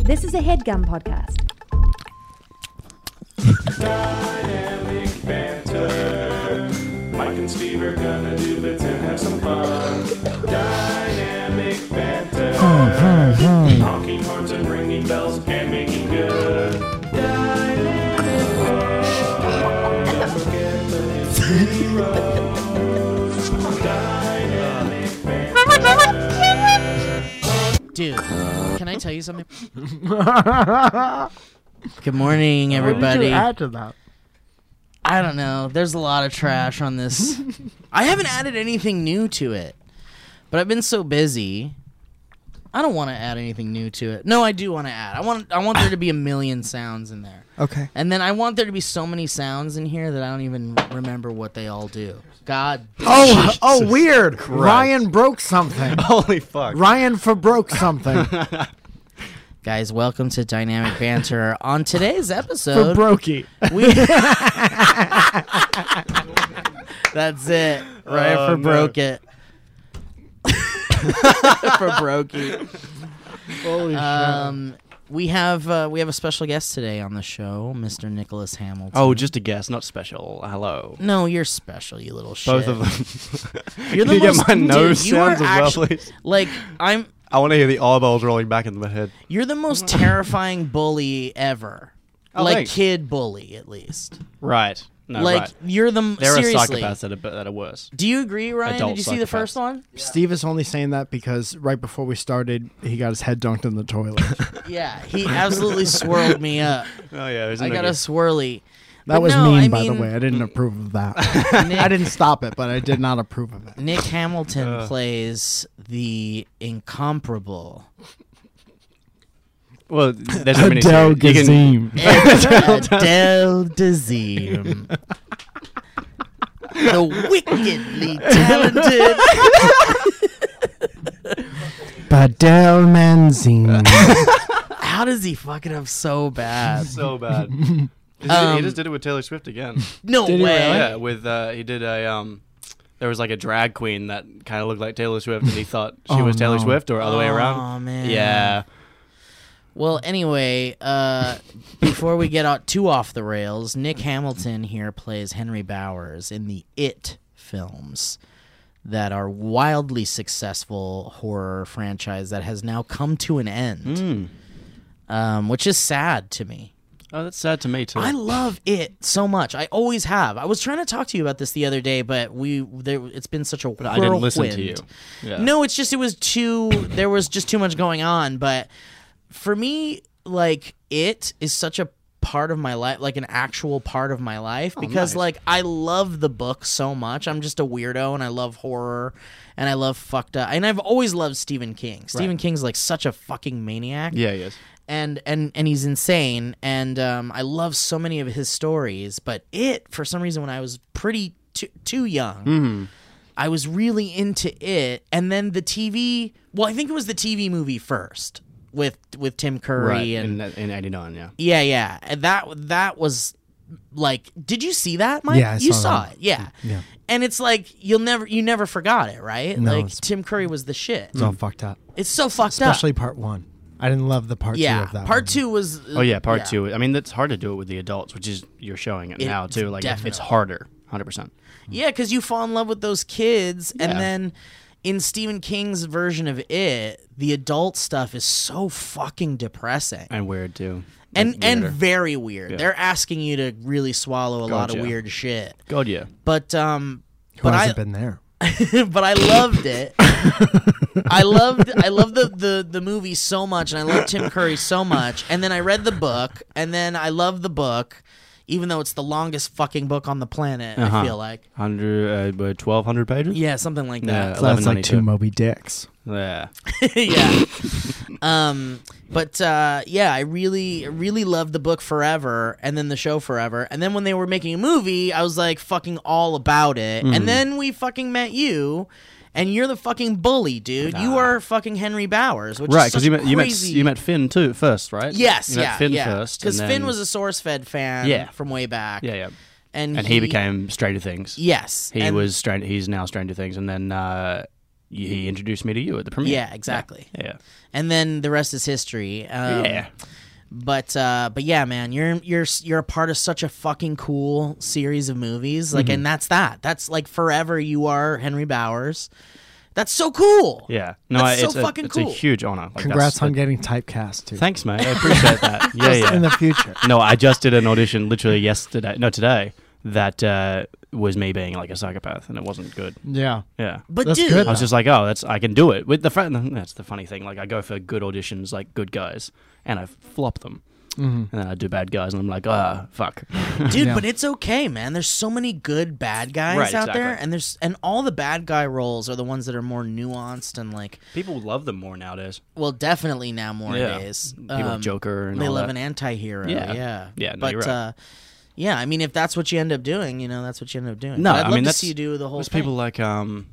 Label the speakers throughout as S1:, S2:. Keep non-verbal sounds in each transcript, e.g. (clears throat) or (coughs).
S1: This is a headgum podcast.
S2: Dynamic banter. Mike and Steve are gonna do bits and have some fun. Dynamic banter. Honking horns and ringing bells and making good. Dynamic fun. Don't forget the heroes. Dynamic
S3: Dude, can I tell you (laughs) something? Good morning, everybody.
S4: add to that?
S3: I don't know. There's a lot of trash on
S4: (laughs)
S3: this. I haven't added anything new to it, but I've been so busy. I don't want to add anything new to it. No, I do want to add. I want. I want there to be a million sounds in there,
S4: Okay.
S3: and then I want there to be so many sounds in here that I don't even remember what they all do. God.
S4: Oh, oh, weird. Ryan broke something.
S5: Holy fuck.
S4: Ryan for broke something.
S3: (laughs) Guys, welcome to Dynamic Banter. On today's
S4: for
S3: episode,
S4: brokey.
S3: We. (laughs) That's it. Right
S5: Oh,
S3: for
S5: no.
S3: broke it. for brokey.
S4: Holy
S3: Um, we have uh, we have a special guest today on the show, Mr. Nicholas Hamilton.
S5: Oh, just a guess, not special. Hello.
S3: No, you're special, you little shit.
S5: Both of them. (laughs)
S3: You're
S5: Can
S3: the
S5: you
S3: most-
S5: get my
S3: dude,
S5: nose
S3: you are
S5: sounds as well,
S3: actually-
S5: please?
S3: Like I'm,
S5: I want to hear the eyeballs rolling back in my head.
S3: you're the
S5: (laughs)
S3: most terrifying bully ever.
S5: Oh,
S3: like
S5: thanks.
S3: kid bully, at least.
S5: Right. No,
S3: like
S5: right.
S3: you're the m-
S5: There are
S3: seriously.
S5: psychopaths that are, that are worse.
S3: Do you agree, Ryan?
S5: Adult
S3: Did you see the
S5: psychopaths.
S3: first one?
S4: Steve is only saying that because right before we started, he got his head dunked in the toilet.
S3: Yeah, he absolutely swirled me up.
S5: Oh, yeah.
S3: I got a swirly.
S4: That was
S3: no,
S4: mean,
S3: I
S4: by the
S3: mean-
S4: way. I didn't approve of that.
S3: Nick,
S4: I didn't stop it, but I did not approve of it.
S3: Nick Hamilton plays the
S4: (laughs)
S3: incomparable
S5: Well, there's a mini
S4: Adele
S5: You can,
S4: Gazeem.
S3: Adele Dazeem. the wickedly talented.
S4: (laughs) Badel Manzine.
S3: How does he fuck it up so
S5: (laughs)
S3: bad?
S5: so bad. He just- he
S3: Um,
S5: just did it with Taylor Swift (laughs) again.
S3: No
S4: Did he
S3: way.
S5: Yeah, with uh, he did a um, there was like a drag queen that kind of looked like Taylor Swift, and he thought she
S4: Oh,
S5: was Taylor
S4: no.
S5: Swift or other way around.
S3: Aw, man.
S5: Yeah,
S3: Well, anyway, uh, before we get out too off the rails, Nick Hamilton here plays Henry Bowers in the It films that are wildly successful horror franchise that has now come to an end,
S5: Hmm.
S3: um, which is sad to me.
S5: Oh, that's sad to me too.
S3: I love it so much. I always have. I was trying to talk to you about this the other day, but we there, it's been such a
S5: I didn't listen to you.
S3: whirlwind.
S5: Yeah.
S3: No, it's just it was too there was just too much going on, but for me like it is such a part of my life, like an actual part of my life because
S5: Oh, nice.
S3: like I love the book so much. I'm just a weirdo and I love horror and I love fucked up. And I've always loved Stephen King. Stephen King's like such a fucking maniac
S5: Yeah, yes.
S3: and and and he's insane and um, i love so many of his stories but it for some reason when i was pretty too, too young
S4: Mm-hmm.
S3: i was really into it and then the tv well i think it was the tv movie first with with tim curry
S5: Right.
S3: and
S5: In, in '89, yeah.
S3: yeah, yeah. And that that was like, did you see that, Mike?
S4: Yeah, I
S3: you
S4: saw
S3: saw
S4: that.
S3: it. Yeah. And it's like you'll never you never forgot it, right?
S4: No,
S3: like
S4: it's-
S3: Tim Curry was the shit.
S4: It's all fucked up.
S3: It's so fucked
S4: Especially
S3: up.
S4: part one. I didn't love the part two
S3: Yeah.
S4: of that.
S3: Part
S4: one.
S3: two was
S5: Oh yeah, part two. I mean, that's hard to do it with the adults, which is you're showing it,
S3: It-
S5: now too. Like it's
S3: definitely.
S5: harder, hundred percent.
S3: Yeah, because you fall in love with those kids,
S5: Yeah.
S3: and then in Stephen King's version of it, the adult stuff is so fucking depressing
S5: And weird too.
S3: and
S5: Like,
S3: and
S5: weirder.
S3: very weird.
S5: Yeah.
S3: They're asking you to really swallow a lot of
S5: Gotcha.
S3: weird shit,
S5: God, yeah.
S3: but um,
S4: Who
S3: but I
S4: hasn't been there?
S3: (laughs) but I loved
S4: (laughs)
S3: it. I loved I loved the, the the movie so much, and I loved Tim Curry so much. And then I read the book, and then I love the book, even though it's the longest fucking book on the planet. I
S5: Uh-huh.
S3: feel like.
S5: Hundred, uh, twelve hundred pages.
S3: Yeah, something like that.
S5: Yeah.
S4: So that's like
S5: 1192.
S4: two Moby Dicks.
S5: Yeah.
S3: (laughs) yeah. Um, but uh, yeah, I really, really loved the book forever, and then the show forever, and then when they were making a movie, I was like fucking all about it,
S5: Mm.
S3: and then we fucking met you. And you're the fucking bully, dude. You are fucking Henry Bowers, which
S5: Right,
S3: because
S5: because you met you met you met Finn too first, right?
S3: yes,
S5: you met
S3: yeah,
S5: Finn
S3: yeah.
S5: first,
S3: because
S5: and
S3: Finn
S5: then-
S3: was a SourceFed fan,
S5: Yeah.
S3: from way back,
S5: yeah, yeah,
S3: and
S5: and he, became Stranger Things.
S3: yes,
S5: He
S3: and-
S5: was Stranger. He's now Stranger Things, and then uh, he introduced me to you at the premiere.
S3: Yeah, exactly.
S5: Yeah.
S3: And then the rest is history. Um,
S5: yeah.
S3: But uh, but yeah, man, you're you're you're a part of such a fucking cool series of movies. Like,
S5: Mm-hmm.
S3: and that's that. That's like forever. You are Henry Bowers. That's so cool.
S5: Yeah. No,
S3: That's so
S5: it's,
S3: fucking
S5: a, it's
S3: cool.
S5: a huge honor. Like, that's-
S4: Congrats on
S5: that-
S4: getting typecast too.
S5: Thanks, mate.
S4: (laughs)
S5: I appreciate that. Yeah, yeah.
S4: In
S3: (laughs)
S4: the future.
S5: no, I just did an audition literally yesterday. No, today. That uh, was me being like a psychopath, and it wasn't good.
S4: Yeah.
S5: Yeah.
S3: But
S4: That's
S3: dude,
S4: good, (laughs)
S5: I was just like, oh, that's I can do it with the friend. That's the funny thing. Like I go for good auditions, like good guys, and I flop them,
S4: Mhm.
S5: and then I do bad guys, and I'm like, ah, fuck.
S3: dude
S4: Yeah.
S3: but it's okay man there's so many good bad guys
S5: Right,
S3: out there
S5: exactly.
S3: and there's and all the bad guy roles are the ones that are more nuanced and like
S5: People love them more nowadays.
S3: well definitely now more
S5: Yeah.
S3: days Um,
S5: People have Joker and
S3: they
S5: all
S3: love
S5: that.
S3: an anti-hero yeah
S5: Yeah.
S3: yeah,
S5: Yeah, no,
S3: but
S5: you're right.
S3: uh yeah i mean if that's what you end up doing you know that's what you end up doing
S5: No,
S3: But
S5: I
S3: i'd love
S5: mean,
S3: to
S5: that's-
S3: see you do the whole
S5: There's
S3: thing.
S5: people like um,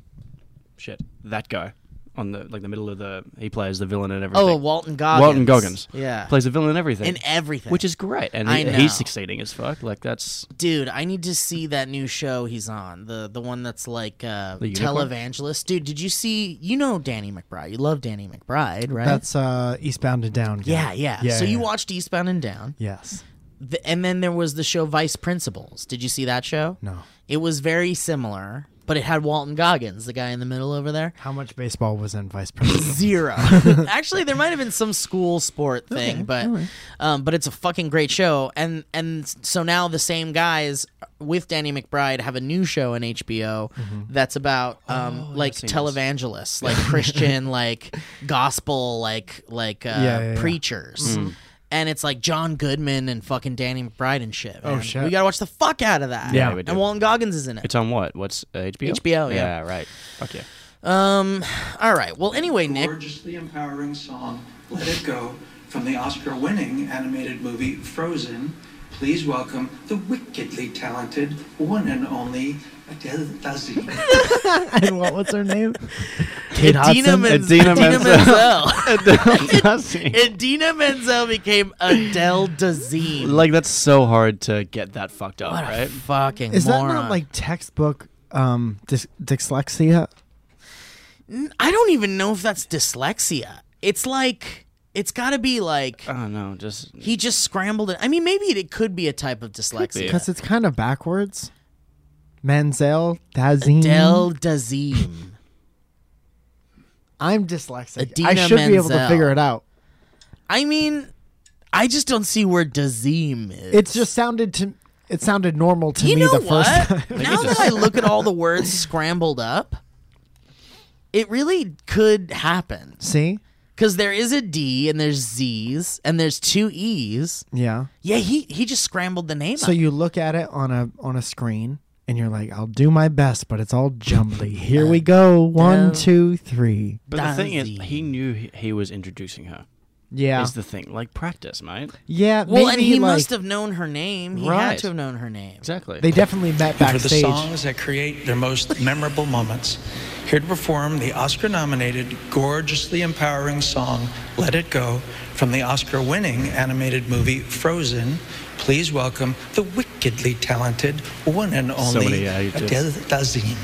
S5: shit, that guy on the like the middle of the he plays the villain and everything.
S3: oh walton goggins
S5: Walton Goggins.
S3: yeah
S5: plays the villain in everything.
S3: in everything
S5: which is great, and
S3: I
S5: he-
S3: know.
S5: he's succeeding as fuck. Like that's
S3: dude i need to see that new show he's on the the one that's like uh
S5: The Unicorn?
S3: televangelist dude did you see you know danny mcbride you love danny mcbride right
S4: That's uh, Eastbound and Down.
S3: Yeah, yeah. so you watched Eastbound and Down,
S4: Yes.
S3: Th and then there was the show Vice Principals. Did you see that show?
S4: No.
S3: It was very similar, but it had Walton Goggins, the guy in the middle over there.
S4: How much baseball was
S3: (laughs)
S4: in Vice President? (laughs)
S3: Zero. Actually, there might have been some school sport thing, but um, but it's a fucking great show. And and so now the same guys with Danny McBride have a new show on HBO
S4: Mm-hmm.
S3: that's about
S4: Oh,
S3: um, like
S5: seen this.
S3: televangelists,
S4: (laughs)
S3: like Christian, like gospel, like like uh,
S4: yeah, yeah.
S3: preachers. And it's like John Goodman and fucking Danny McBride and shit. man.
S4: Oh, shit.
S3: We gotta watch the fuck out of that.
S4: Yeah,
S5: we do.
S3: and Walton Goggins is in it.
S5: it's on what? What's uh, HBO?
S3: HBO, yeah.
S5: right. Fuck
S3: (laughs)
S5: yeah.
S3: Um, all right. Well, anyway, Nick.
S6: gorgeously empowering song Let It Go from the Oscar winning animated movie Frozen. Please welcome the wickedly talented one and only Adele (laughs) Dazeem.
S4: and what was her name?
S3: (laughs) Kate Adina,
S4: Hudson?
S3: Menz-
S5: Idina
S3: Idina
S5: (laughs)
S3: Menzel.
S5: Menzel.
S3: Idina Menzel became Adele Dazeem.
S5: Like that's so hard to get that fucked up,
S3: what a
S5: right?
S3: fucking
S4: Is that
S3: moron.
S4: not like textbook um, dys- dyslexia?
S3: I don't even know if that's dyslexia. It's like it's got to be like
S5: Oh no, just
S3: he just scrambled it. I mean, maybe it could be a type of dyslexia.
S4: Because it's kind of backwards. Manzel, Dazine.
S3: Adele Dazeem.
S4: I'm dyslexic.
S3: Idina
S4: I should be able to
S3: Menzel.
S4: figure it out.
S3: I mean, I just don't see where Dazeem is.
S4: It just sounded to it sounded normal to
S3: you
S4: me
S3: know
S4: the
S3: what?
S4: first
S3: (laughs)
S4: time. (laughs)
S3: now that I look at all the words scrambled up, it really could happen.
S4: See?
S3: Because there is a D and there's Z's and there's two E's.
S4: Yeah.
S3: Yeah, he he just scrambled the name.
S4: So
S3: up.
S4: you look at it on a on a screen and you're like, I'll do my best, but it's all jumbly. Here we go. One, two, three.
S5: But the thing is,
S3: Dazzy.
S5: he knew he, he was introducing her.
S4: Yeah.
S5: Is the thing like practice, mate?
S4: yeah.
S3: well,
S4: maybe,
S3: and he
S4: like,
S3: must have known her name. He had
S5: Right.
S3: to have known her name.
S5: Exactly.
S4: They definitely met
S6: for the
S4: backstage.
S6: songs that create their most memorable moments. Here to perform the Oscar nominated, gorgeously empowering song Let It Go from the Oscar winning animated movie Frozen. Please welcome the wickedly talented one and
S5: So
S6: only
S5: many, uh, you just-
S6: Adele Dazeem.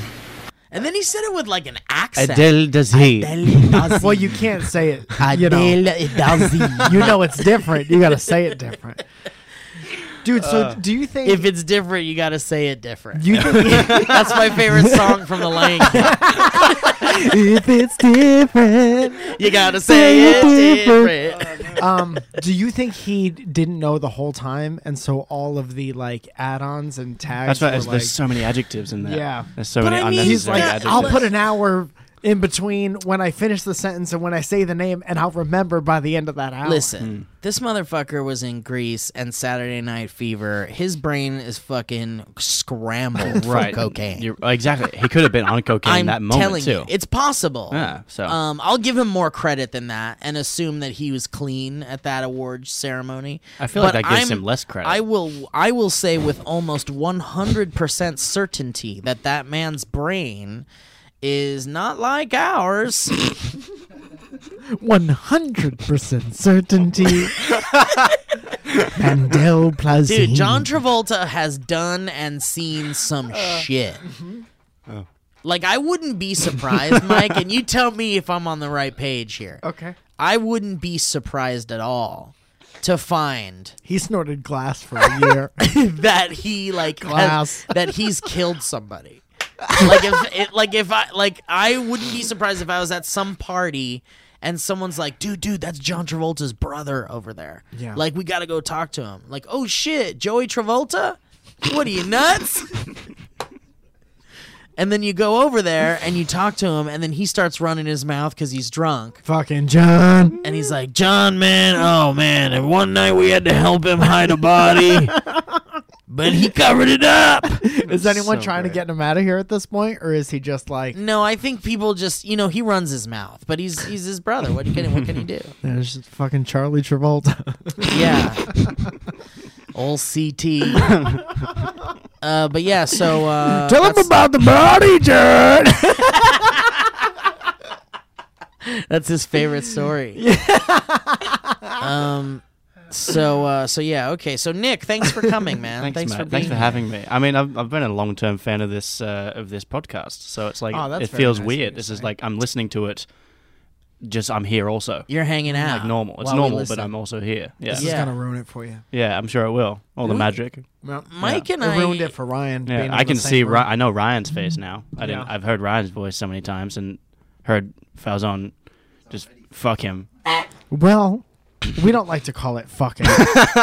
S3: And then he said it with like an accent.
S5: Adele Dazeem.
S3: Adele
S4: (laughs) Well, you can't say
S5: (laughs)
S4: it. You know,
S3: Dazeem.
S4: (laughs) you know it's different. You got to say it different. Dude, so
S5: Uh,
S4: do you
S3: (laughs)
S4: think
S3: If it's different, you got to say it different.
S5: (laughs)
S4: you think (laughs)
S3: That's my favorite song from the Lion King.
S4: if it's different?
S3: You got to say it different.
S4: Um, do you think he didn't know the whole time, and so all of the like add-ons and tags?
S5: That's right.
S4: were,
S5: There's
S4: like,
S5: so many adjectives in there.
S4: Yeah.
S5: There's so
S3: But
S5: many
S3: I mean,
S4: He's
S5: unnecessary
S4: like,
S3: Yeah,
S5: adjectives.
S4: I'll put an hour in between when I finish the sentence and when I say the name, and I'll remember by the end of that hour.
S3: Listen,
S4: Hmm.
S3: this motherfucker was in Greece and Saturday Night Fever. His brain is fucking scrambled
S5: right.
S3: from cocaine.
S5: You're, exactly. He could have been on cocaine
S3: I'm
S5: that moment
S3: telling
S5: too.
S3: you, it's possible.
S5: Yeah, so.
S3: um, I'll give him more credit than that, and assume that he was clean at that award ceremony.
S5: I feel like that gives him less credit.
S3: I will. I will say with almost 100 percent certainty that that man's brain is not
S5: (laughs)
S3: like ours.
S4: One hundred percent certainty. Mandel Plazine.
S3: Dude, John Travolta has done and seen some shit. Like I wouldn't be surprised, Mike, and you tell me if I'm on the right page here.
S4: Okay.
S3: I wouldn't be surprised at all to find
S4: He snorted glass for a year. (laughs)
S3: that he like has,
S4: Glass.
S3: (laughs) that he's killed somebody. like if it, like if I like I wouldn't be surprised if I was at some party and someone's like, dude, dude, that's John Travolta's brother over there.
S4: Yeah.
S3: Like we gotta go talk to him. Like, oh shit, Joey Travolta? What are you nuts? and then you go over there and you talk to him, and then he starts running his mouth because he's drunk.
S4: Fucking John.
S3: And he's like, John, man, oh man, and one night we had to help him hide a
S4: (laughs)
S3: body, but he covered it up.
S4: Is anyone
S5: so
S4: trying
S5: great.
S4: to get him out of here at this point, or is he just like,
S3: No, I think people just, you know, he runs his mouth, but he's he's his brother. What can what can he do?
S4: there's fucking Charlie (laughs) Travolta?
S3: Yeah, old CT. Uh, but yeah, so uh, that's,
S4: about the body, John.
S3: that's his favorite
S4: (laughs)
S3: story. um, so uh, so yeah, okay. So Nick, thanks for coming, man.
S5: Thanks, Matt.
S3: for being
S5: thanks for
S3: here.
S5: having me. I mean, I've, I've been a long term fan of this uh, of this podcast, so it's like
S4: Oh, that's
S5: it
S4: very
S5: feels
S4: nice of you
S5: weird.
S4: to
S5: This is
S4: say.
S5: like I'm listening to it, just I'm here also,
S3: You're hanging out
S5: like normal. It's
S3: while we
S5: normal, but
S3: listen.
S5: I'm also here. Yeah,
S4: This
S5: yeah,
S4: is
S3: Yeah.
S4: gonna ruin it for you.
S5: I'm sure it will. All the
S3: Ooh.
S5: magic.
S4: Well,
S3: Mike and
S4: it
S3: I
S4: ruined it for Ryan. being
S5: Yeah,
S4: in
S5: I
S4: the
S5: can
S4: same
S5: see.
S4: room.
S5: Ri- I know Ryan's face now. I didn't.
S4: Yeah.
S5: I've heard Ryan's voice so many times and heard Falzon just fuck him.
S4: Well, we don't like to call it fucking. (laughs)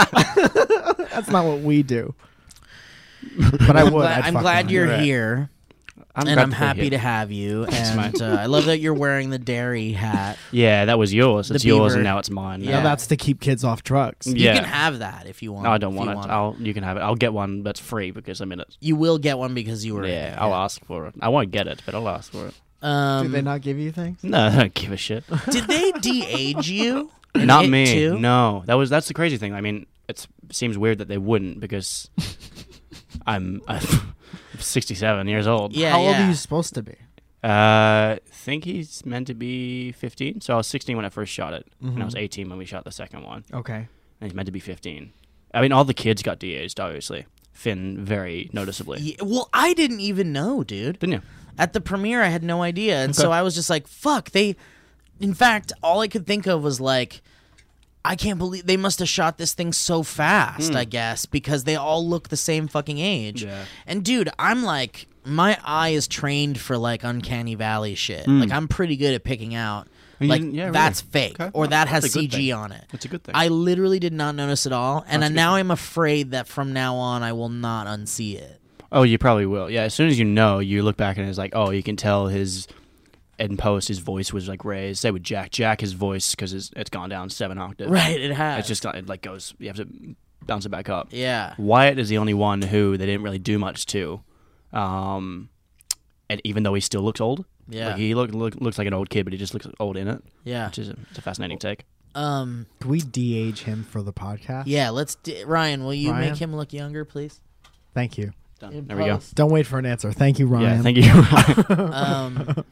S4: That's not what we do.
S5: (laughs)
S4: But I would.
S3: Glad-
S4: I'd
S3: I'm
S4: fuck
S3: glad
S4: him.
S3: you're
S5: You're right.
S3: here.
S5: I'm
S3: and
S5: glad
S3: I'm
S5: to be
S3: happy
S5: here.
S3: to have
S5: (laughs)
S3: you. And
S5: mate.
S3: uh, I love that you're wearing the dairy hat.
S5: Yeah, that was yours. It's yours, and
S3: beaver.
S5: now it's mine.
S3: Yeah.
S4: Now that's to keep kids off
S5: (laughs)
S4: drugs.
S5: Yeah.
S3: You can have that if you want.
S5: No, I don't
S3: if
S5: want
S3: you
S5: it. I'll. You can have it. I'll get one that's free because I'm in it.
S3: You will get one because you were. in
S5: Yeah,
S3: it.
S5: I'll ask for it. I won't get it, but I'll ask
S3: (laughs)
S5: for it.
S3: Um,
S4: Do they not give you things?
S5: No, I don't give a
S3: (laughs)
S5: shit.
S3: did they de-age you?
S5: (laughs)
S3: in
S5: Not
S3: it
S5: me.
S3: too?
S5: No, that was that's the crazy thing. I mean, it seems weird that they wouldn't because
S3: (laughs)
S5: I'm, I'm (laughs) 67 years old.
S3: Yeah.
S4: How
S3: yeah.
S4: old are you supposed to be?
S5: Uh, think he's meant to be 15. So I was 16 when I first shot it, and I was 18 when we shot the second one.
S4: Okay.
S5: And he's meant to be 15. I mean, all the kids got de-aged, obviously. Finn very noticeably.
S3: Yeah, well, I didn't even know, dude.
S5: Didn't you?
S3: At the premiere, I had no idea, and so I was just like, "Fuck!" They, in fact, all I could think of was like, "I can't believe they must have shot this thing so fast." I guess because they all look the same fucking age.
S5: Hmm. Yeah.
S3: And dude, I'm like, my eye is trained for like uncanny valley shit. Like I'm pretty good at picking out.
S5: And you
S3: Like
S5: didn't- Hmm. yeah, really.
S3: that's fake,
S5: Okay.
S3: or that has
S5: That's a good
S3: CG
S5: thing.
S3: on it.
S5: That's a good thing.
S3: I literally did not notice at all, and I, now I'm afraid that from now on I will not unsee it.
S5: Oh, you probably will. Yeah, as soon as you know, you look back and it's like, oh, you can tell his in post his voice was like raised. Say with Jack, Jack his voice because it's, it's gone down seven octaves.
S3: Right, it has.
S5: It's just it like goes. You have to bounce it back up.
S3: yeah.
S5: Wyatt is the only one who they didn't really do much to, um, and even though he still looks old.
S3: Yeah.
S5: Like, he look, look, looks like an old kid, but he just looks old in it.
S3: Yeah.
S5: Which is a, it's a fascinating take.
S3: Um.
S4: Can we de-age him for the podcast?
S3: Yeah. Let's. D- Ryan, will you
S4: Ryan?
S3: make him look younger, please?
S4: Thank you.
S5: Done. There we go.
S4: Don't wait for an answer. Thank you, Ryan.
S5: Yeah, thank you. (laughs)
S4: (laughs)
S3: Um.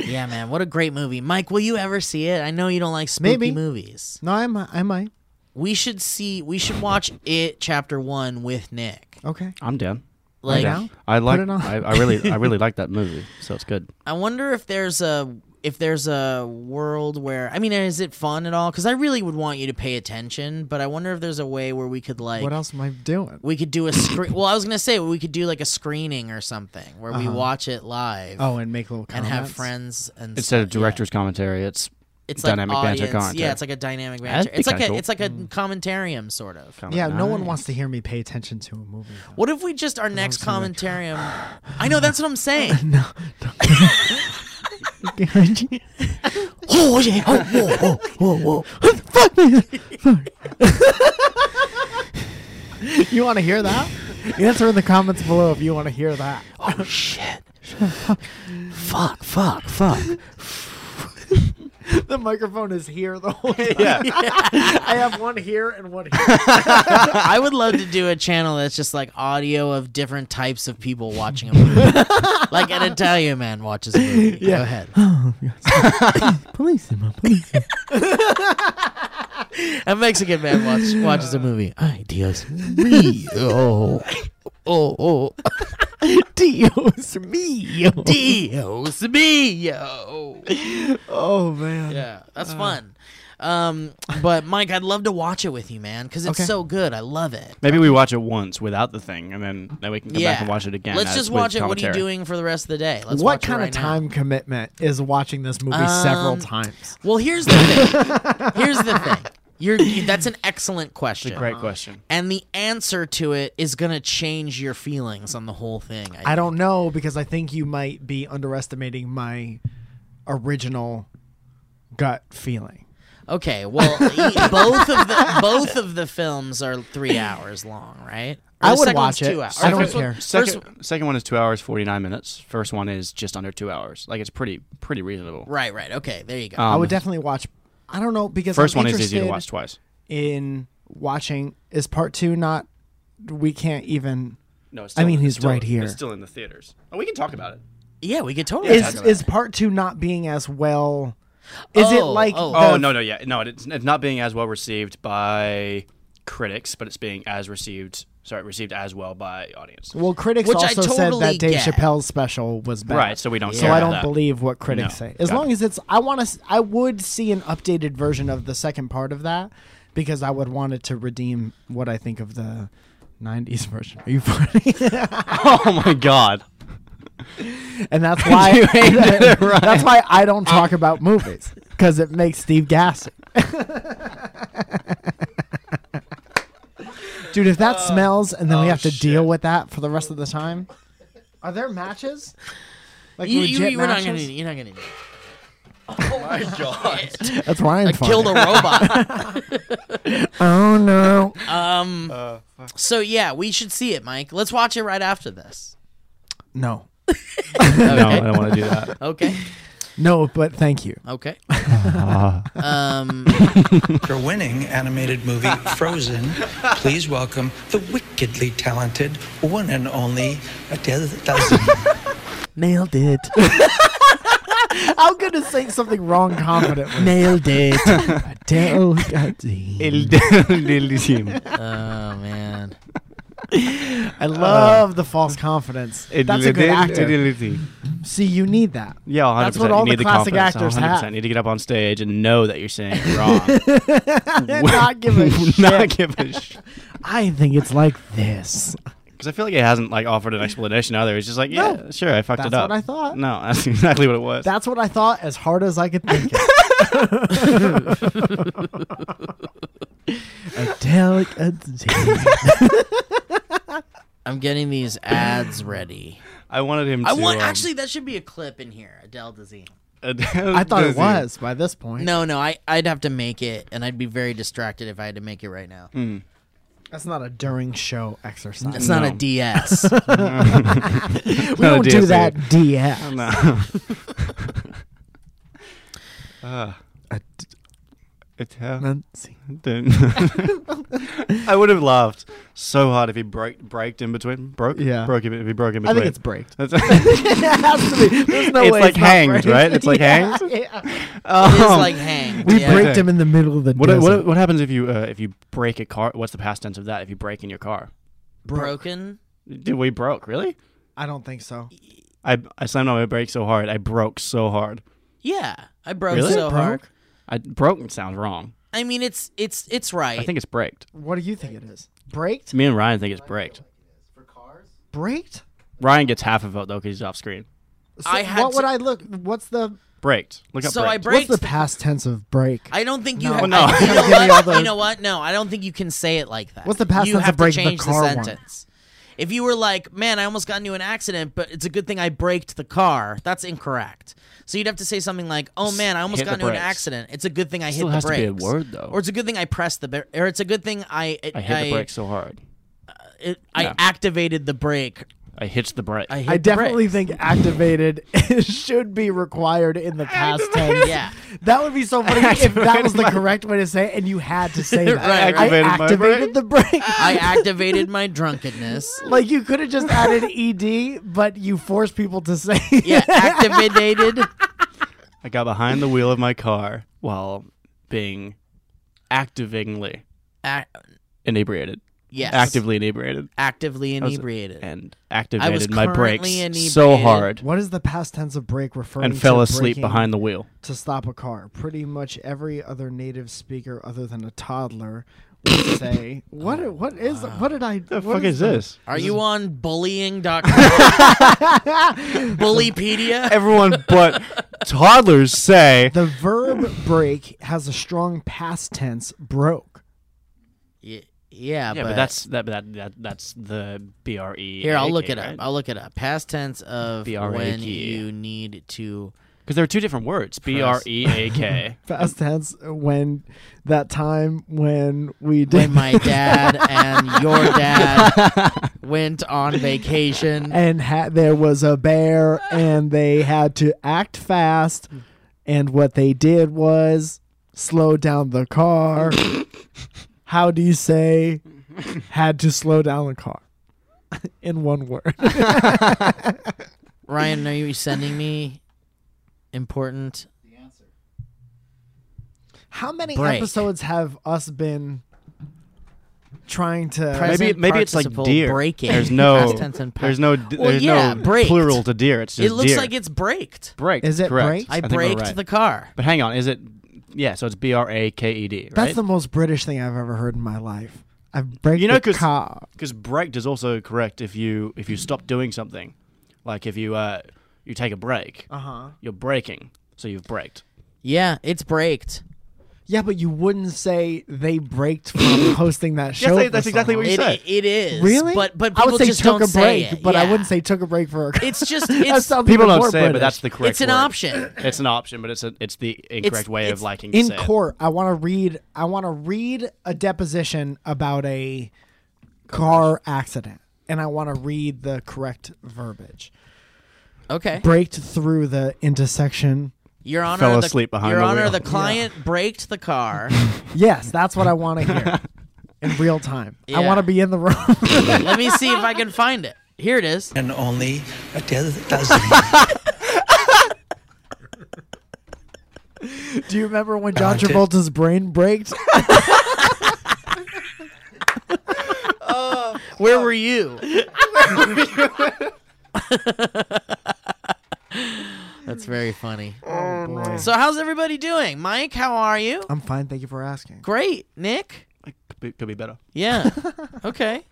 S3: yeah, man. What a great movie, Mike. Will you ever see it? I know you don't like spooky
S4: Maybe.
S3: movies.
S4: No, I might. I might.
S3: We should see. We should watch it, Chapter One, with Nick.
S4: Okay.
S5: I'm down.
S3: Like,
S4: now?
S5: I like.
S4: it on.
S5: I, I really, I really like that movie, so it's good.
S3: I wonder if there's a if there's a world where I mean, is it fun at all? Because I really would want you to pay attention, but I wonder if there's a way where we could like
S4: What else am I doing?
S3: we could do a screen. well, I was gonna say we could do like a screening or something where we watch it live.
S4: Uh-huh. Oh, and make little
S3: and
S4: comments.
S3: have friends and
S5: Instead of
S3: stuff, yeah.
S5: director's commentary, it's
S3: it's
S5: dynamic
S3: like
S5: banter
S3: audience. Yeah,
S5: commentary.
S3: it's like a dynamic
S5: That'd
S3: banter.
S5: be
S3: It's like a
S5: kinda cool.
S3: it's like a commentarium sort of.
S5: comment.
S4: Yeah, no one
S5: Nice.
S4: wants to hear me pay attention to a movie. though.
S3: What if we just our next commentarium? I know that's what I'm saying.
S4: (laughs) oh yeah! Oh, whoa, whoa, whoa, whoa! Fuck me! Fuck. you want to hear that? Answer in the comments below if you want to hear that.
S3: Oh shit! fuck! Fuck! Fuck!
S4: The microphone is here the whole time. Yeah. I have one here and one here.
S3: I would love to do a channel that's just like audio of different types of people watching a movie. like an Italian man watches a movie. Go ahead.
S4: Police him, police him.
S3: A Mexican man watch, (laughs) watches a movie. Ay, Dios mío. Oh, oh.
S4: Dios mío.
S3: Dios mio.
S4: Oh man.
S3: Yeah, that's
S4: Uh.
S3: fun. Um, but Mike, I'd love to watch it with you, man, because it's
S4: Okay.
S3: so good. I love it.
S5: Maybe we watch it once without the thing, and then then we can come
S3: yeah,
S5: back and watch it again.
S3: Let's
S5: as-
S3: just
S5: with
S3: watch it. What are you
S5: commentary.
S3: doing for the rest of the day? Let's
S4: What
S3: watch it
S4: kind
S3: right
S4: of
S3: now.
S4: time commitment is watching this movie several
S3: Um,
S4: times?
S3: Well, here's the thing.
S4: (laughs)
S3: here's the thing. You're that's an excellent question.
S5: Great question.
S3: And the answer to it is gonna change your feelings on the whole thing.
S4: I don't know because I think you might be underestimating my original gut feeling.
S3: Okay,
S4: (laughs)
S3: well, e- both of the both of the films are three hours long, right? Or
S4: I
S3: the
S4: would
S3: second one's
S4: watch it.
S3: Two hours.
S4: I don't
S3: First one-
S4: care.
S3: first-
S5: Second, second one is two hours forty nine minutes. First one is just under two hours. Like it's pretty pretty reasonable.
S3: right, right. Okay, there you go.
S4: I
S5: Um,
S4: would definitely watch. I don't know because
S5: First
S4: I'm
S5: one is easy to
S4: interested
S5: watch twice.
S4: In watching is part two not? We can't even.
S5: No, it's
S4: I mean,
S5: in- it's
S4: he's
S5: still-
S4: right here.
S5: It's still in the theaters. Oh, we can talk about it.
S3: yeah, we could totally. talk
S4: Is
S3: about
S4: is
S3: it.
S4: part two not being as well? Is it
S3: Oh,
S4: like?
S3: oh.
S5: Oh
S4: the-
S5: no, no, yeah, no. It's, it's not being as well received by critics, but it's being as received. Sorry, received as well by
S4: (laughs)
S5: audience.
S4: Well, critics
S3: Which I
S4: also
S3: totally
S4: said that Dave
S3: get.
S4: Chappelle's special was bad.
S5: Right, so we don't
S4: So
S5: care
S4: I
S5: about
S4: don't
S5: that.
S4: believe what critics
S5: No,
S4: say. As
S5: got
S4: long
S5: it.
S4: as it's, I want to. I would see an updated version of the second part of that because I would want it to redeem what I think of the '90s version. Are you (laughs) funny?
S5: oh my (laughs) god.
S4: and (laughs) that's why. That's why I don't talk about movies because it makes Steve gassy. (laughs) Dude, if that smells and then we have to deal with that for the rest of the time, are there matches? Like
S3: You,
S4: legit
S3: you, you're not
S4: matches?
S3: gonna. You're not gonna. do it. Oh (laughs)
S4: That's Ryan.
S3: I
S4: (laughs)
S3: killed a robot.
S4: Oh no!
S3: Um. so yeah, we should see it, Mike. Let's watch it right after this.
S4: No,
S5: No, I don't want to do (laughs) that.
S3: Okay.
S4: no, but thank you. (laughs)
S3: Okay. um.
S6: Oscar winning animated movie Frozen, please welcome the wickedly talented one and only Adele Dazeem.
S4: Nailed it. I'm gonna say something wrong confidently. (laughs) Nailed it. Adele Dazeem.
S3: Oh man.
S4: I love the false confidence. (laughs) That's a good actor. See, you need that.
S5: Yeah, 100%.
S4: That's what all
S5: you need
S4: the
S5: the
S4: classic
S5: confidence,
S4: actors
S5: 100%.
S4: have.
S5: need to get up on stage and know that you're saying it
S4: (laughs)
S5: wrong.
S4: (laughs) Not
S5: (laughs)
S4: give a shit.
S5: Not give a (laughs) sh.
S4: (laughs) I think it's like this.
S5: Because I feel like it hasn't like offered an explanation either. It's just like, yeah,
S4: No.
S5: sure, I fucked it
S4: That's
S5: up.
S4: what I thought.
S5: No, (laughs) that's exactly what it was.
S4: That's what I thought as hard as I could think (laughs) it. Adele (laughs) Dazeem.
S3: I'm getting these ads ready.
S5: I wanted him.
S3: I
S5: to,
S3: want
S5: um, (laughs)
S3: actually that should be a clip in here. Adele Dazeem.
S5: Adele
S4: I thought
S5: Dazeem.
S4: it
S5: (laughs)
S4: was by this point.
S3: No, no, I I'd have to make it, and I'd be very distracted if I had to make it right now.
S4: Mm, That's not a during show exercise.
S3: It's not a
S5: No.
S4: (laughs)
S3: DS.
S4: we
S5: not a
S4: don't do
S5: DSE.
S4: that DF. (laughs)
S5: No. (laughs) uh, Adele Dazeem. I would have laughed so hard if he broke, braked in between. Broke?
S4: Yeah.
S5: Broke if he broke in
S4: I
S5: between.
S4: think
S5: (laughs)
S4: it's braked. (laughs)
S5: That's-
S4: it has to be. There's no
S5: It's
S4: way
S5: like
S4: not
S5: hanged,
S4: braked.
S5: right? It's like
S4: (laughs) Yeah,
S5: hanged?
S4: yeah.
S3: It is
S5: Um,
S3: like hanged.
S4: Oh. We
S3: yeah.
S4: braked him in the middle of the
S5: What,
S4: desert.
S5: what, what happens if you uh, if you break a car? What's the past tense of that? If you break in your car,
S3: broken.
S5: dude, we broke. Really?
S4: I don't think so.
S5: I I slammed on my brake so hard. I broke so hard.
S3: Yeah, I broke
S5: Really?
S3: so
S5: Broke?
S3: hard.
S5: I broke sounds wrong.
S3: I mean, it's it's it's right.
S5: I think it's braked.
S4: What do you think it is? Braked?
S5: Me and Ryan think it's braked.
S4: Braked?
S5: Ryan gets half a vote though because he's off screen.
S4: So
S3: I had
S4: what would
S3: to-
S4: I look? What's the
S5: Braked. Look up.
S3: so. I
S5: braked.
S3: braked.
S4: what's the past tense of break?
S3: I don't think you.
S4: No.
S3: have
S5: Well, no.
S4: (laughs)
S3: I- you,
S4: Give me
S3: know
S4: all
S3: what?
S4: the-
S3: you know what? No, I don't think you can say it like that.
S4: What's the past
S3: You
S4: tense
S3: have
S4: of break
S3: to
S4: the
S3: change the,
S4: car one?
S3: sentence. If you were like, "Man, I almost got into an accident, but it's a good thing I braked the car," that's incorrect. So you'd have to say something like, "Oh man, I almost
S5: Hit
S3: got
S5: the
S3: into an
S5: brakes.
S3: accident. It's a good thing I
S5: Still
S3: hit
S5: has
S3: the
S5: to be
S3: brakes."
S5: a word, though.
S3: Or it's a good thing I pressed the. Bar- or it's a good thing I. It,
S5: I hit the brake so hard.
S3: it- I
S5: Yeah.
S3: activated the brake.
S5: I hitched the brake.
S3: I, hit
S4: I
S3: the
S4: definitely
S3: brake.
S4: think activated (laughs) should be required in the past tense.
S3: Yeah.
S4: That would be so funny if that was the correct way to say it and you had to say that.
S3: (laughs) Right,
S4: I
S5: right.
S4: activated the brake. (laughs)
S3: I activated my drunkenness.
S4: like you could have just added ed, but you force people to say
S3: Yeah, activated.
S5: I got behind the wheel of my car while being actively
S3: ac-
S5: inebriated.
S3: Yes.
S5: actively inebriated.
S3: actively
S5: I was-
S3: inebriated.
S5: and activated my
S3: currently
S5: brakes so
S3: inebriated.
S5: hard
S4: (laughs) What is the past tense of break referring
S5: and fell
S4: to
S5: asleep
S4: braking
S5: behind the wheel.
S4: to stop a car? Pretty much every other native speaker other than a toddler
S3: (laughs)
S4: would say,
S3: Oh,
S4: "What what is what did I
S5: The
S4: what
S5: fuck is
S4: the-
S5: this?
S3: Are you on
S4: (laughs)
S3: bullying.com? Bullypedia?
S5: Everyone but (laughs) toddlers say (laughs)
S4: The verb break has a strong past tense broke.
S3: Y- Yeah,
S5: Yeah, but, that's that, that that that's the B R E.
S3: Here, I'll look it up. I'll look it up. Past tense of
S5: B-R-A-K.
S3: when you need to.
S5: Because there are two different words: B R E A K.
S4: Past tense when that time when we did
S3: When
S4: (laughs)
S3: my dad and your dad went on vacation.
S4: and ha- there was a bear and they had to act fast and what they did was slow down
S5: (laughs)
S4: the car how do you say had to slow down the car (laughs) in one word
S3: Ryan, are you sending me important?
S4: (laughs) how many
S3: Break.
S4: episodes have us been trying to
S5: Maybe
S3: Pres- (laughs) Present
S5: maybe it's like
S3: participle
S5: deer.
S3: breaking.
S5: There's no
S3: Past tense and pa-
S5: there's no d-
S3: Well,
S5: there's
S3: yeah,
S5: no
S3: braked.
S5: plural to deer. It's just
S3: It looks
S5: deer.
S3: like it's braked.
S5: braked.
S4: Is it
S5: correct.
S4: braked?
S3: I,
S5: think we're
S3: braked
S5: right.
S3: the car.
S5: But hang on, is it? Yeah, so it's B R A K E D.
S4: that's the most british thing i've ever heard in my life i've break
S5: You know,
S4: the
S5: 'cause-
S4: car
S5: because braked is also correct if you if you stop doing something, like if you uh you take a break,
S4: uh-huh
S5: you're braking, so you've braked.
S3: Yeah, it's braked.
S4: yeah but you wouldn't say they braked
S5: (coughs)
S4: from hosting that show
S5: they-
S4: for
S5: that's exactly
S4: so
S5: what you
S4: long.
S3: It,
S5: said.
S3: it is.
S4: Really?
S3: But but
S4: I
S3: people
S4: would say
S3: just
S4: took
S3: don't
S4: a break,
S3: say it.
S4: but I
S3: Yeah.
S4: wouldn't say took a break for a
S3: (laughs)
S4: car.
S3: It's just
S4: (laughs) that
S3: it's,
S4: sounds
S5: People
S4: even
S5: don't
S4: more
S5: say, it, but
S4: British.
S5: that's the correct.
S3: it's an
S5: word.
S3: option.
S5: It's an option, but it's a, it's the incorrect way
S3: it's
S5: of liking to
S4: in
S5: say it.
S4: court. I want to read. I want to read a deposition about a car accident, and I want to read the correct verbiage.
S3: Okay.
S4: Braked through the intersection.
S3: Your Honor,
S5: Fell
S3: the,
S5: asleep behind
S3: Your
S5: the
S3: Honor,
S5: wheel.
S3: the client braked the
S5: (laughs)
S3: car.
S4: Yes, that's what I want to hear in real time. I
S3: Yeah.
S4: want to be in the room. (laughs)
S3: Let me see if I can find it. Here it is.
S6: and only a do- dozen.
S4: Do you
S5: (laughs)
S4: remember when John
S6: Did-
S4: Travolta's brain braked?
S3: Where were
S5: (laughs)
S3: you? That's very funny.
S4: Oh, Boy.
S3: So how's everybody doing? Mike, how are you?
S4: I'm fine. Thank you for asking.
S3: Great. Nick?
S5: It could be, could be better. (laughs)
S3: Yeah. Okay.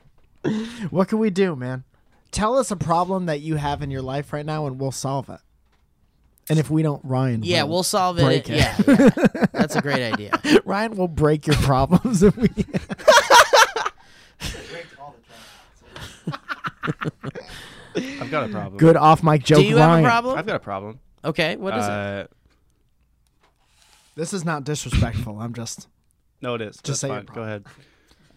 S4: What can we do, man? Tell us a problem that you have in your life right now, and we'll solve it. And if we don't, Ryan,
S3: Yeah,
S4: will.
S3: we'll solve it.
S4: Break it.
S3: Yeah, yeah. That's a great
S5: (laughs)
S3: idea.
S4: (laughs) Ryan will break your
S3: (laughs)
S4: problems if we. (laughs)
S5: I've got a problem.
S4: Good off mic joke,
S3: Do you have
S4: Ryan.
S3: a problem?
S5: I've got a problem.
S3: Okay, what is it?
S5: uh,
S4: This is not disrespectful. I'm just.
S5: No, it is. Just
S4: say your
S5: fine. Go ahead.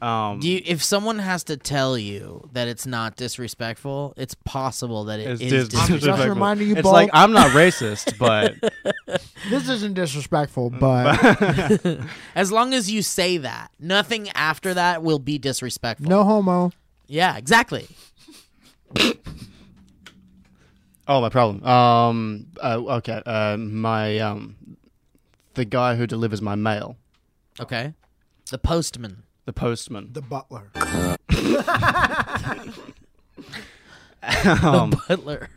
S5: Um,
S3: Do you, if someone has to tell you that it's not disrespectful, it's possible that it
S5: it's dis-
S3: is disrespectful.
S5: disrespectful.
S4: reminding you
S5: it's
S4: both-
S5: like I'm not racist, but
S4: This isn't disrespectful, (laughs) but
S3: As long as you say that, nothing after that will be disrespectful.
S4: no homo.
S3: Yeah, exactly.
S5: oh, my problem. Um, uh, okay, uh, my um, the guy who delivers my mail,
S3: Okay. The postman.
S4: (laughs)
S5: the postman.
S4: The butler.
S5: Um,
S3: the butler.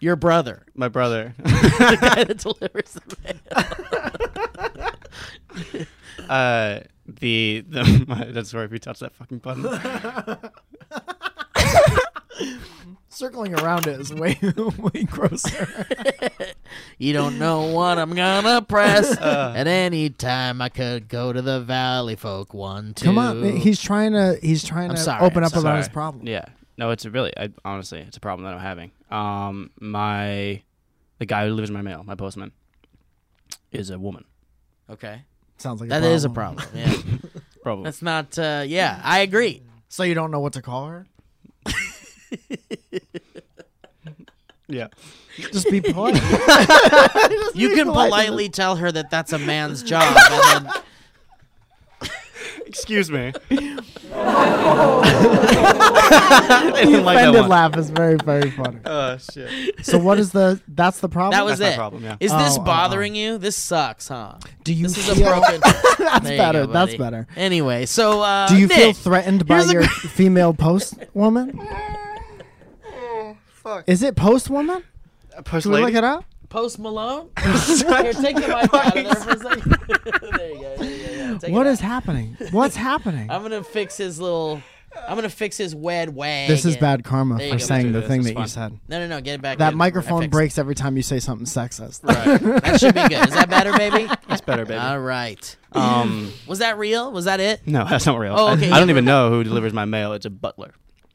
S3: Your
S4: (laughs)
S3: brother.
S5: my brother.
S3: The guy that delivers the mail.
S5: Uh, the the (laughs) my, that's sorry if you touch that fucking button.
S4: Circling around it is way (laughs) way grosser.
S3: You don't know what I'm gonna
S4: (laughs)
S3: press.
S4: Uh.
S3: At any time I could go to the Valley Folk one, two.
S4: Come on, man, he's trying to he's trying
S3: I'm
S4: to
S3: sorry,
S4: open
S3: I'm
S4: up about
S5: Sorry.
S4: his problem.
S5: Yeah. No, it's a really I, honestly, it's a problem that I'm having. Um, my the guy who delivers my mail, my postman, is a woman.
S3: Okay.
S4: Sounds like
S3: that is a problem. Yeah.
S5: Problem.
S3: That's not uh yeah, I
S4: (laughs)
S3: agree.
S4: So you don't know what to call (laughs) her?
S5: yeah.
S4: Just be
S3: (laughs)
S4: polite.
S3: You
S4: (laughs)
S3: can politely tell her that that's a man's job and then
S5: (laughs) Excuse me. I didn't like that
S4: Offended
S5: one.
S4: laugh is very, very funny.
S5: Oh shit.
S4: So what is the? That's the problem.
S3: That was
S5: my
S3: it.
S5: problem, yeah.
S3: Is this
S4: Oh, oh,
S3: bothering you? This sucks, huh?
S4: Do you (laughs)
S3: This is a
S4: feel-
S3: broken. that's
S4: better, that's better.
S3: Anyway, so uh,
S4: Do you feel
S3: Nick,
S4: threatened by
S3: here's a
S4: your
S3: gr-
S4: female post
S3: (laughs)
S4: woman? Is it post woman?
S5: Post
S4: Can we look it up?
S3: Post Malone? Here, take
S4: (laughs)
S3: the mic out of there for a second. (laughs) there you go. There you go yeah. Take
S4: What
S3: it
S4: is
S3: out.
S4: happening?
S3: (laughs)
S4: What's happening?
S3: I'm gonna fix his little. I'm gonna fix his wed wagon.
S4: This is bad karma
S3: There you
S4: for
S3: go.
S4: saying the
S5: This
S4: thing
S5: is
S4: that you
S5: fun.
S4: said.
S3: No, no, no. Get it back.
S4: That
S3: in. I
S4: microphone
S3: fixed
S4: breaks every time you say something sexist.
S3: it. That should be good. Is that better,
S4: (laughs)
S3: baby?
S5: That's better, baby.
S3: All
S4: (clears throat)
S3: right.
S5: Um,
S3: Was that real? Was that it?
S5: no, (laughs) that's not real.
S3: Oh, okay.
S5: I, I don't even know who delivers my mail. It's a butler.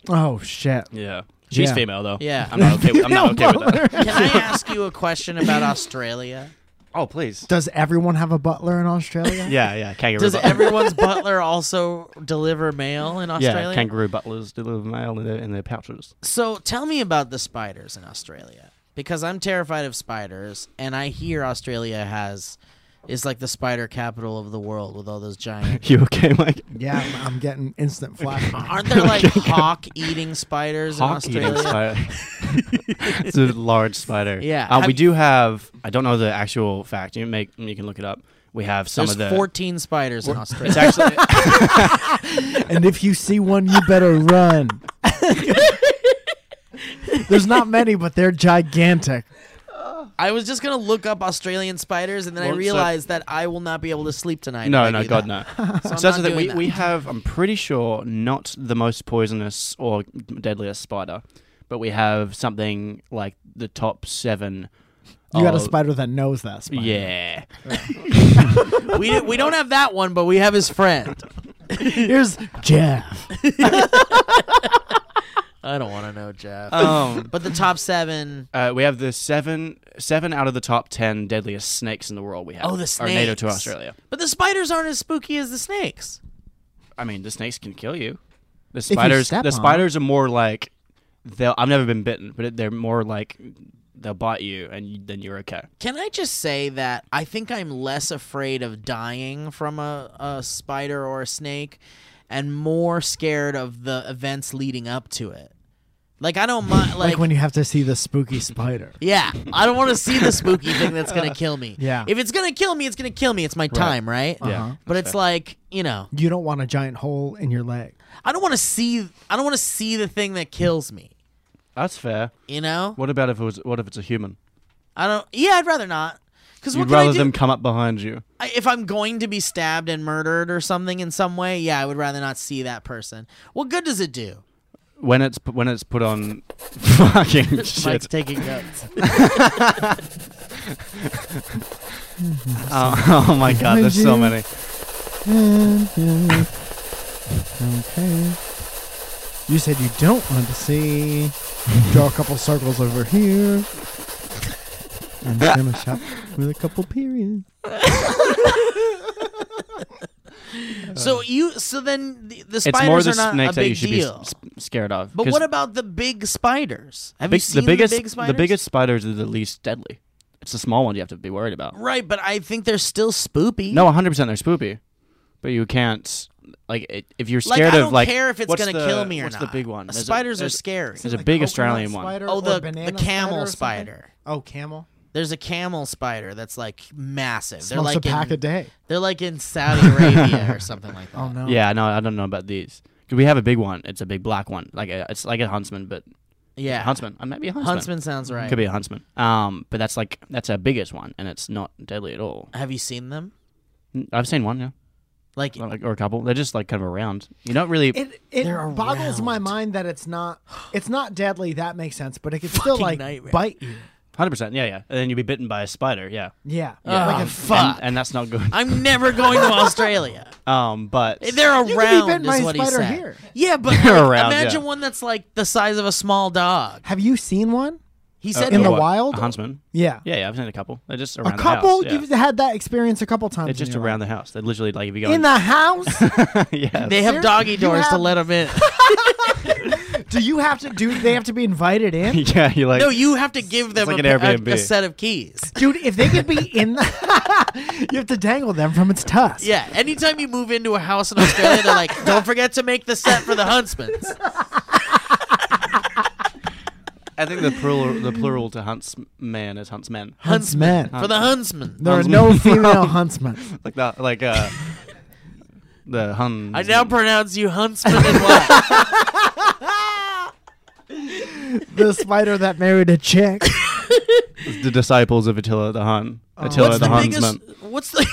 S4: Oh shit!
S5: Yeah. She's
S4: Yeah.
S5: female though.
S3: Yeah.
S5: I'm not okay. With, I'm not okay with that.
S3: Can I ask you a question
S4: (laughs)
S3: about Australia?
S5: Oh please.
S4: Does everyone have a butler in Australia? (laughs)
S5: Yeah, yeah. Kangaroo.
S3: Does
S5: butler.
S3: everyone's butler also deliver mail in
S5: yeah,
S3: Australia?
S5: kangaroo butlers deliver mail in their, in their pouches.
S3: So tell me about the spiders in Australia because I'm terrified of spiders, and I hear Australia has is like the spider capital of the world with all those
S5: (laughs)
S3: giant.
S5: You okay, Mike?
S4: Yeah, I'm- I'm getting instant
S3: (laughs)
S4: flashbacks.
S3: Aren't there like hawk eating spiders in
S5: Hawk
S3: Australia?
S5: eating spider. (laughs)
S3: (laughs)
S5: it's a large spider.
S3: Yeah.
S5: Um, we
S3: Have-
S5: do have. I don't know the actual fact. You make. You can look it up. We have some
S3: There's
S5: of the.
S3: 14 spiders in Australia.
S5: It's actually.
S4: and if you see one, you better run. There's not many, but they're gigantic.
S3: (laughs) I was just gonna look up Australian spiders, and then
S5: Well,
S3: I
S5: so-
S3: realized that I will not be able to sleep tonight.
S5: (laughs) No,
S3: if I
S5: no,
S3: do
S5: God,
S3: that.
S5: no.
S3: (laughs) So, I'm
S5: so that's
S3: not
S5: the thing.
S3: doing
S5: We,
S3: that.
S5: we have, I'm pretty sure, not the most poisonous or deadliest spider, but we have something like the top seven.
S4: You got a
S5: of-
S4: spider that knows that spider.
S5: Oh. Yeah.
S3: we we don't have that one, but we have his friend.
S4: Here's Jeff.
S3: I don't want to know, Jeff.
S5: Um, (laughs)
S3: but the top seven.
S5: uh, we have the seven seven out of the top ten deadliest snakes in the world. We have
S3: Oh, the snakes
S5: are native to Australia.
S3: But the spiders aren't as spooky as the snakes.
S5: I mean, the snakes can kill you. The
S4: you
S5: spiders,
S4: step
S5: the
S4: on 'em.
S5: spiders are more like they'll. I've never been bitten, but they're more like they'll bite you, and you, then you're okay.
S3: Can I just say that I think I'm less afraid of dying from a, a spider or a snake and more scared of the events leading up to it. Like I don't mind
S4: Like,
S3: like,
S4: when you have to see the spooky spider.
S3: yeah, I don't want to see the spooky thing that's going to kill me.
S4: (laughs) Yeah. Uh-huh.
S3: If it's going to kill me, it's going to kill me. It's my time, right?
S5: Yeah.
S3: But it's like, you know,
S4: You don't want a giant hole in your leg.
S3: I don't want to see I don't want to see the thing that kills me,
S5: That's fair.
S3: you know?
S5: What about if it was? What if it's a human?
S3: I don't Yeah, I'd rather not. Cuz what
S5: You'd
S3: can I
S5: rather
S3: do?
S5: them come up behind you.
S3: I- if I'm going to be stabbed and murdered or something in some way, yeah, I would rather not see that person. What good does it do?
S5: When it's when it's put on, (laughs)
S3: (laughs)
S5: fucking
S3: Mike's
S5: shit. (laughs)
S3: taking notes.
S5: Oh, oh my god, there's
S3: (laughs)
S5: so many.
S4: Okay. You said you don't want to see. Draw a couple circles over here. And finish up with a couple periods.
S3: so you, so then the, the
S5: It's
S3: spiders
S5: more the
S3: are not
S5: snakes
S3: a
S5: that
S3: big
S5: you should
S3: deal.
S5: be s- s- scared of.
S3: but
S5: 'cause
S3: what about the big spiders? Have you
S5: big-
S3: seen
S5: the biggest?
S3: big spiders?
S5: biggest spiders are the least deadly. It's the small ones you have to be worried about.
S3: Right, but I think they're still spoopy.
S5: No, 100 percent they're spoopy, but you can't like it, if you're
S3: Like,
S5: scared
S3: I don't
S5: of like.
S3: care if it's
S5: what's
S3: gonna
S5: the-
S3: kill me or
S5: what's
S3: not.
S5: the big one? There's a-
S3: Spiders are
S5: there's-
S3: scary.
S5: There's a big Australian one.
S4: spider
S3: Oh,
S4: or
S3: the-
S4: banana
S3: the camel
S4: spider. or
S3: spider.
S4: something? Oh, camel.
S3: There's a camel spider that's like massive. They're
S4: Smokes
S3: like
S4: a pack
S3: in,
S4: a day.
S3: They're like in Saudi
S5: (laughs)
S3: Arabia or something like that.
S4: Oh no.
S5: Yeah, no, I don't know about these. 'Cause we have a big one. It's a big black one. Like a, it's like a huntsman, but
S3: Yeah,
S5: huntsman. I might be a huntsman.
S3: Huntsman sounds right.
S5: Could be a huntsman. Um, but that's like that's our biggest one, and it's not deadly at all.
S3: Have you seen them?
S5: N- I've seen one, yeah,
S3: Like
S5: like, or a couple. They're just like kind of around. You don't really.
S4: It it boggles my mind that it's not it's not deadly. That makes sense, but it could still
S3: Fucking
S4: like
S3: nightmare.
S4: bite you.
S5: Hundred percent, yeah, yeah. And then you'd be bitten by a spider, yeah. Um,
S4: Yeah.
S3: Oh,
S4: Like if
S3: fuck.
S5: And, and that's not good.
S3: I'm never
S5: (laughs)
S3: going to Australia.
S5: Um, but
S3: They're around.
S4: You could be bitten by
S3: is
S4: a
S3: what he
S4: spider
S3: said.
S4: here.
S3: Yeah, but like,
S5: around,
S3: imagine
S5: yeah.
S3: one that's like the size of a small dog.
S4: Have you seen one?
S3: He said
S4: in
S3: no.
S4: the wild?
S5: a huntsman.
S4: Yeah.
S5: Yeah, yeah. I've seen a couple. They're just
S4: A
S5: around.
S4: couple.
S5: The house,
S4: You've
S5: yeah.
S4: had that experience a couple times.
S5: It's just
S4: in your
S5: around
S4: life.
S5: the house. They're literally like if you go
S4: in the
S5: (laughs)
S4: house.
S3: (laughs)
S5: yeah.
S3: they have
S4: Seriously?
S3: doggy
S4: You
S3: doors to
S4: have-
S3: let
S5: (laughs)
S3: them in.
S4: do you have to do? They have to be invited
S5: (laughs)
S4: in,
S5: yeah, you're like
S3: no, you have to give them
S5: like
S3: a,
S5: an
S3: pa- a-
S5: Airbnb.
S3: a set of keys.
S4: dude. If they could be in the (laughs) You have to dangle them from its tusk.
S3: Yeah, anytime you move into a house in Australia, they're like, "Don't forget to make the set for the Huntsmans."
S5: I think the plural, the plural to huntsman is huntsmen.
S4: Huntsmen.
S3: for the Huntsman.
S4: There
S5: (laughs)
S4: are no female huntsmen.
S5: Like that, like uh, the Hun.
S3: I now pronounce you Huntsman and
S5: (laughs)
S3: what?
S4: The spider that married a chick.
S5: the disciples of Attila the Hun. Attila
S3: What's
S5: the,
S3: the
S5: Huntsman.
S3: biggest?
S5: (laughs)
S3: What's the?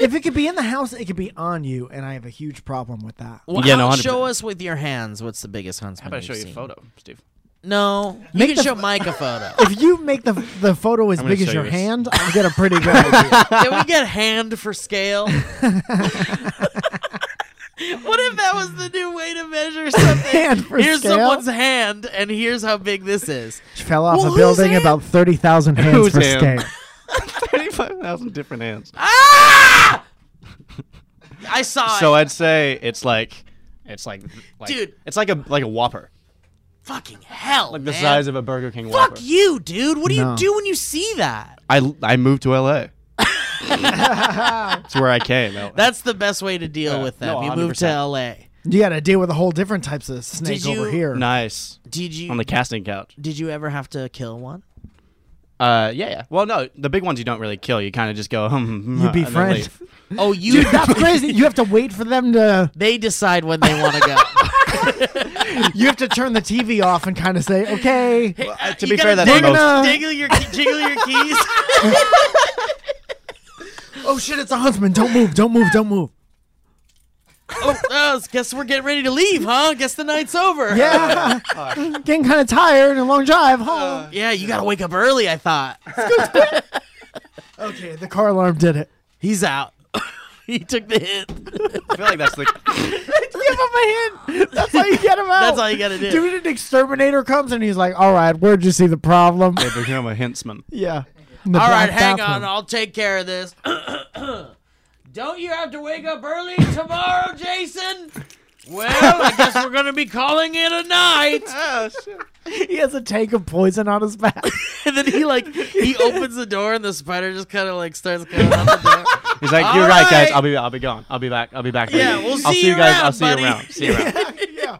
S4: if it could be in the house, it could be on you, and I have a huge problem with that.
S3: Well,
S5: Yeah, no,
S3: how-
S5: 100%.
S3: show us with your hands. What's the biggest Huntsman?
S5: How about I
S3: you've
S5: show you a
S3: seen?
S5: photo, Steve?
S3: No, you
S4: Make
S3: can
S4: the-
S3: show Mike a photo.
S5: (laughs)
S4: If you make the the photo as
S5: I'm gonna
S4: big as
S5: show
S4: your
S5: you this.
S4: hand, I'll get a pretty
S3: (laughs)
S4: good idea.
S3: Can we get hand for
S4: (laughs)
S3: scale? what if that was the new way to measure something?
S4: Hand for
S3: here's
S4: scale?
S3: someone's hand, and here's how big this is.
S4: (laughs) She fell off
S3: Well,
S4: a
S3: whose
S4: building
S3: hand?
S4: about 30,000 hands
S5: Whose
S4: for
S5: hand?
S4: scale.
S5: Thirty-five thousand different hands.
S3: Ah! I saw
S5: So
S3: it.
S5: I'd say it's like, it's like, like
S3: Dude.
S5: it's like a like a Whopper,
S3: Fucking hell,
S5: like the
S3: man.
S5: size of a Burger King Whopper.
S3: Fuck you, dude. What do
S4: No.
S3: you do when you see that?
S5: I I moved to (laughs) L.A. That's where I came. out.
S3: That's the best way to deal
S5: Yeah.
S3: with them.
S5: No,
S3: you move to
S5: 100%.
S3: LA.
S4: You got to deal with a whole different types of snake
S3: Did you-
S4: over here.
S5: nice
S3: Did you
S5: on the casting couch.
S3: Did you ever have to kill
S4: (laughs)
S3: one?
S5: Uh, yeah, yeah. Well, no, the big ones you don't really kill. You kind of just go. (laughs) Hmm,
S4: You
S5: hmm, and then
S4: befriend.
S5: leave.
S3: Oh, you
S4: Dude, that's crazy. You have to wait for them to.
S3: They decide when they want
S5: (laughs)
S3: to go.
S4: You have to turn the TV off and kind of say, okay.
S5: Uh, to
S3: You
S5: be
S3: gotta
S5: fair, that's
S3: dig-
S5: most.
S4: most-
S3: Jiggle your jiggle your keys.
S4: (laughs) Oh shit, it's a huntsman. Don't move. Don't move.
S3: (laughs)
S4: Don't move.
S3: oh, oh, guess we're getting ready to leave, huh? Guess the night's over.
S4: Yeah. Getting kind of tired and a long drive home.
S3: Yeah, you gotta wake up early. I thought Uh.
S4: okay, the car alarm
S3: (laughs)
S4: did it.
S3: he's out. he took the hit.
S5: I feel like that's the.
S4: Give him a hint. That's how you get him out.
S3: That's all you gotta do.
S4: Dude, an exterminator comes and he's like, all right, where'd you see the problem?
S5: They become a
S3: (laughs)
S5: hentsman.
S4: yeah.
S3: All right, hang on. I'll take care of this. (clears throat) Don't you have to wake up early tomorrow, Jason? Well, I guess we're gonna be calling it a night. (laughs)
S4: He has a tank of poison on his back.
S3: And then he like he opens the door and the spider just kind of like starts going out the door.
S5: He's like,
S3: All
S5: you're right, guys.
S3: right.
S5: I'll be, I'll be gone. I'll be back. I'll be back.
S3: Yeah,
S5: baby.
S3: we'll
S5: I'll
S3: see
S5: see
S3: you
S5: you guys.
S3: around,
S5: I'll see
S3: buddy."
S5: you around. See you around.
S4: (laughs) yeah.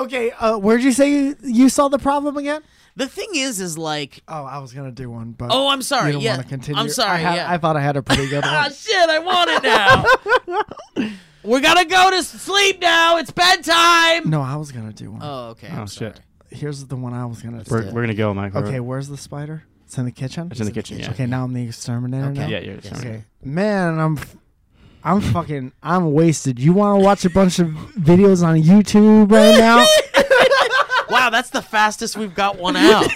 S4: Okay, uh, where'd you say you, you saw the problem again?
S3: The thing is, is like,
S4: Oh, I was going to do one, but.
S3: oh, I'm sorry.
S4: You don't
S3: yeah,
S4: want to continue.
S3: I'm sorry.
S4: I, had-
S3: yeah.
S4: I thought I had a
S3: (laughs)
S4: pretty good
S3: Ah,
S4: one.
S3: shit, I want it now. (laughs) We're gonna go to sleep now. It's bedtime.
S4: No, I was going to do one.
S3: Oh, okay.
S5: (laughs) Oh,
S3: I'm sorry.
S5: shit.
S4: Here's the one I was going to do.
S5: We're, we're gonna go, Mike. We're-
S4: Okay, where's the spider? It's in the kitchen.
S5: It's in the kitchen. Yeah.
S4: Okay, now I'm the exterminator.
S3: Okay.
S4: Now?
S5: Yeah, you're
S3: Yes.
S5: sorry.
S4: Okay, man, I'm, f- I'm fucking, I'm wasted. You want to watch a bunch of videos on YouTube
S3: (laughs)
S4: right now?
S3: Wow, that's the fastest we've got one out.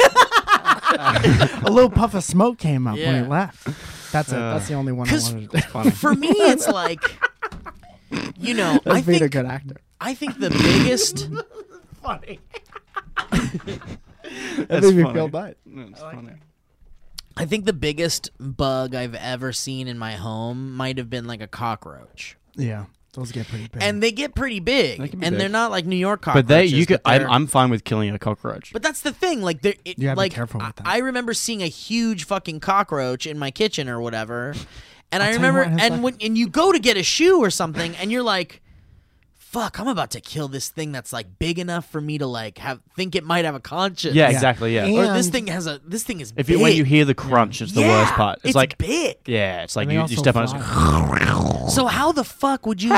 S4: a little puff of smoke came up when
S3: Yeah.
S4: he left. That's it.
S5: Uh,
S4: That's the only one I
S3: 'cause-
S4: wanted to do.
S5: Funny.
S3: (laughs) For me, it's like, you know, I
S4: That's being a
S3: think
S4: good actor.
S3: I think the biggest.
S4: Funny.
S5: (laughs) That's
S4: made me
S5: funny.
S4: feel bad.
S5: That's funny.
S3: I think the biggest bug I've ever seen in my home might have been like a cockroach.
S4: Yeah, those get pretty big.
S3: And they get pretty big,
S5: They can be
S3: and
S5: big.
S3: they're not like New York cockroaches.
S5: But they, you could. I'm,
S3: they're-
S5: I'm fine with killing a cockroach.
S3: But that's the thing, like there, it,
S4: You gotta be
S3: like
S4: careful with
S3: I-
S4: that.
S3: I, remember seeing a huge fucking cockroach in my kitchen or whatever, and i
S4: tell you
S3: remember,
S4: what, in a
S3: and
S4: sec.
S3: when and you go to get a shoe or something, and you're like, "Fuck, I'm about to kill this thing that's like big enough for me to like have think it might have a conscience."
S5: yeah, exactly. Yeah.
S4: And-
S3: Or this thing has a this thing is
S5: if
S3: big.
S5: you, when you hear the crunch, it's the
S3: Yeah,
S5: worst part. It's, like.
S3: big.
S5: Yeah, it's like
S4: They
S5: you,
S4: also
S5: you step on. it, It's
S4: fly.
S5: like,
S3: So how the fuck would you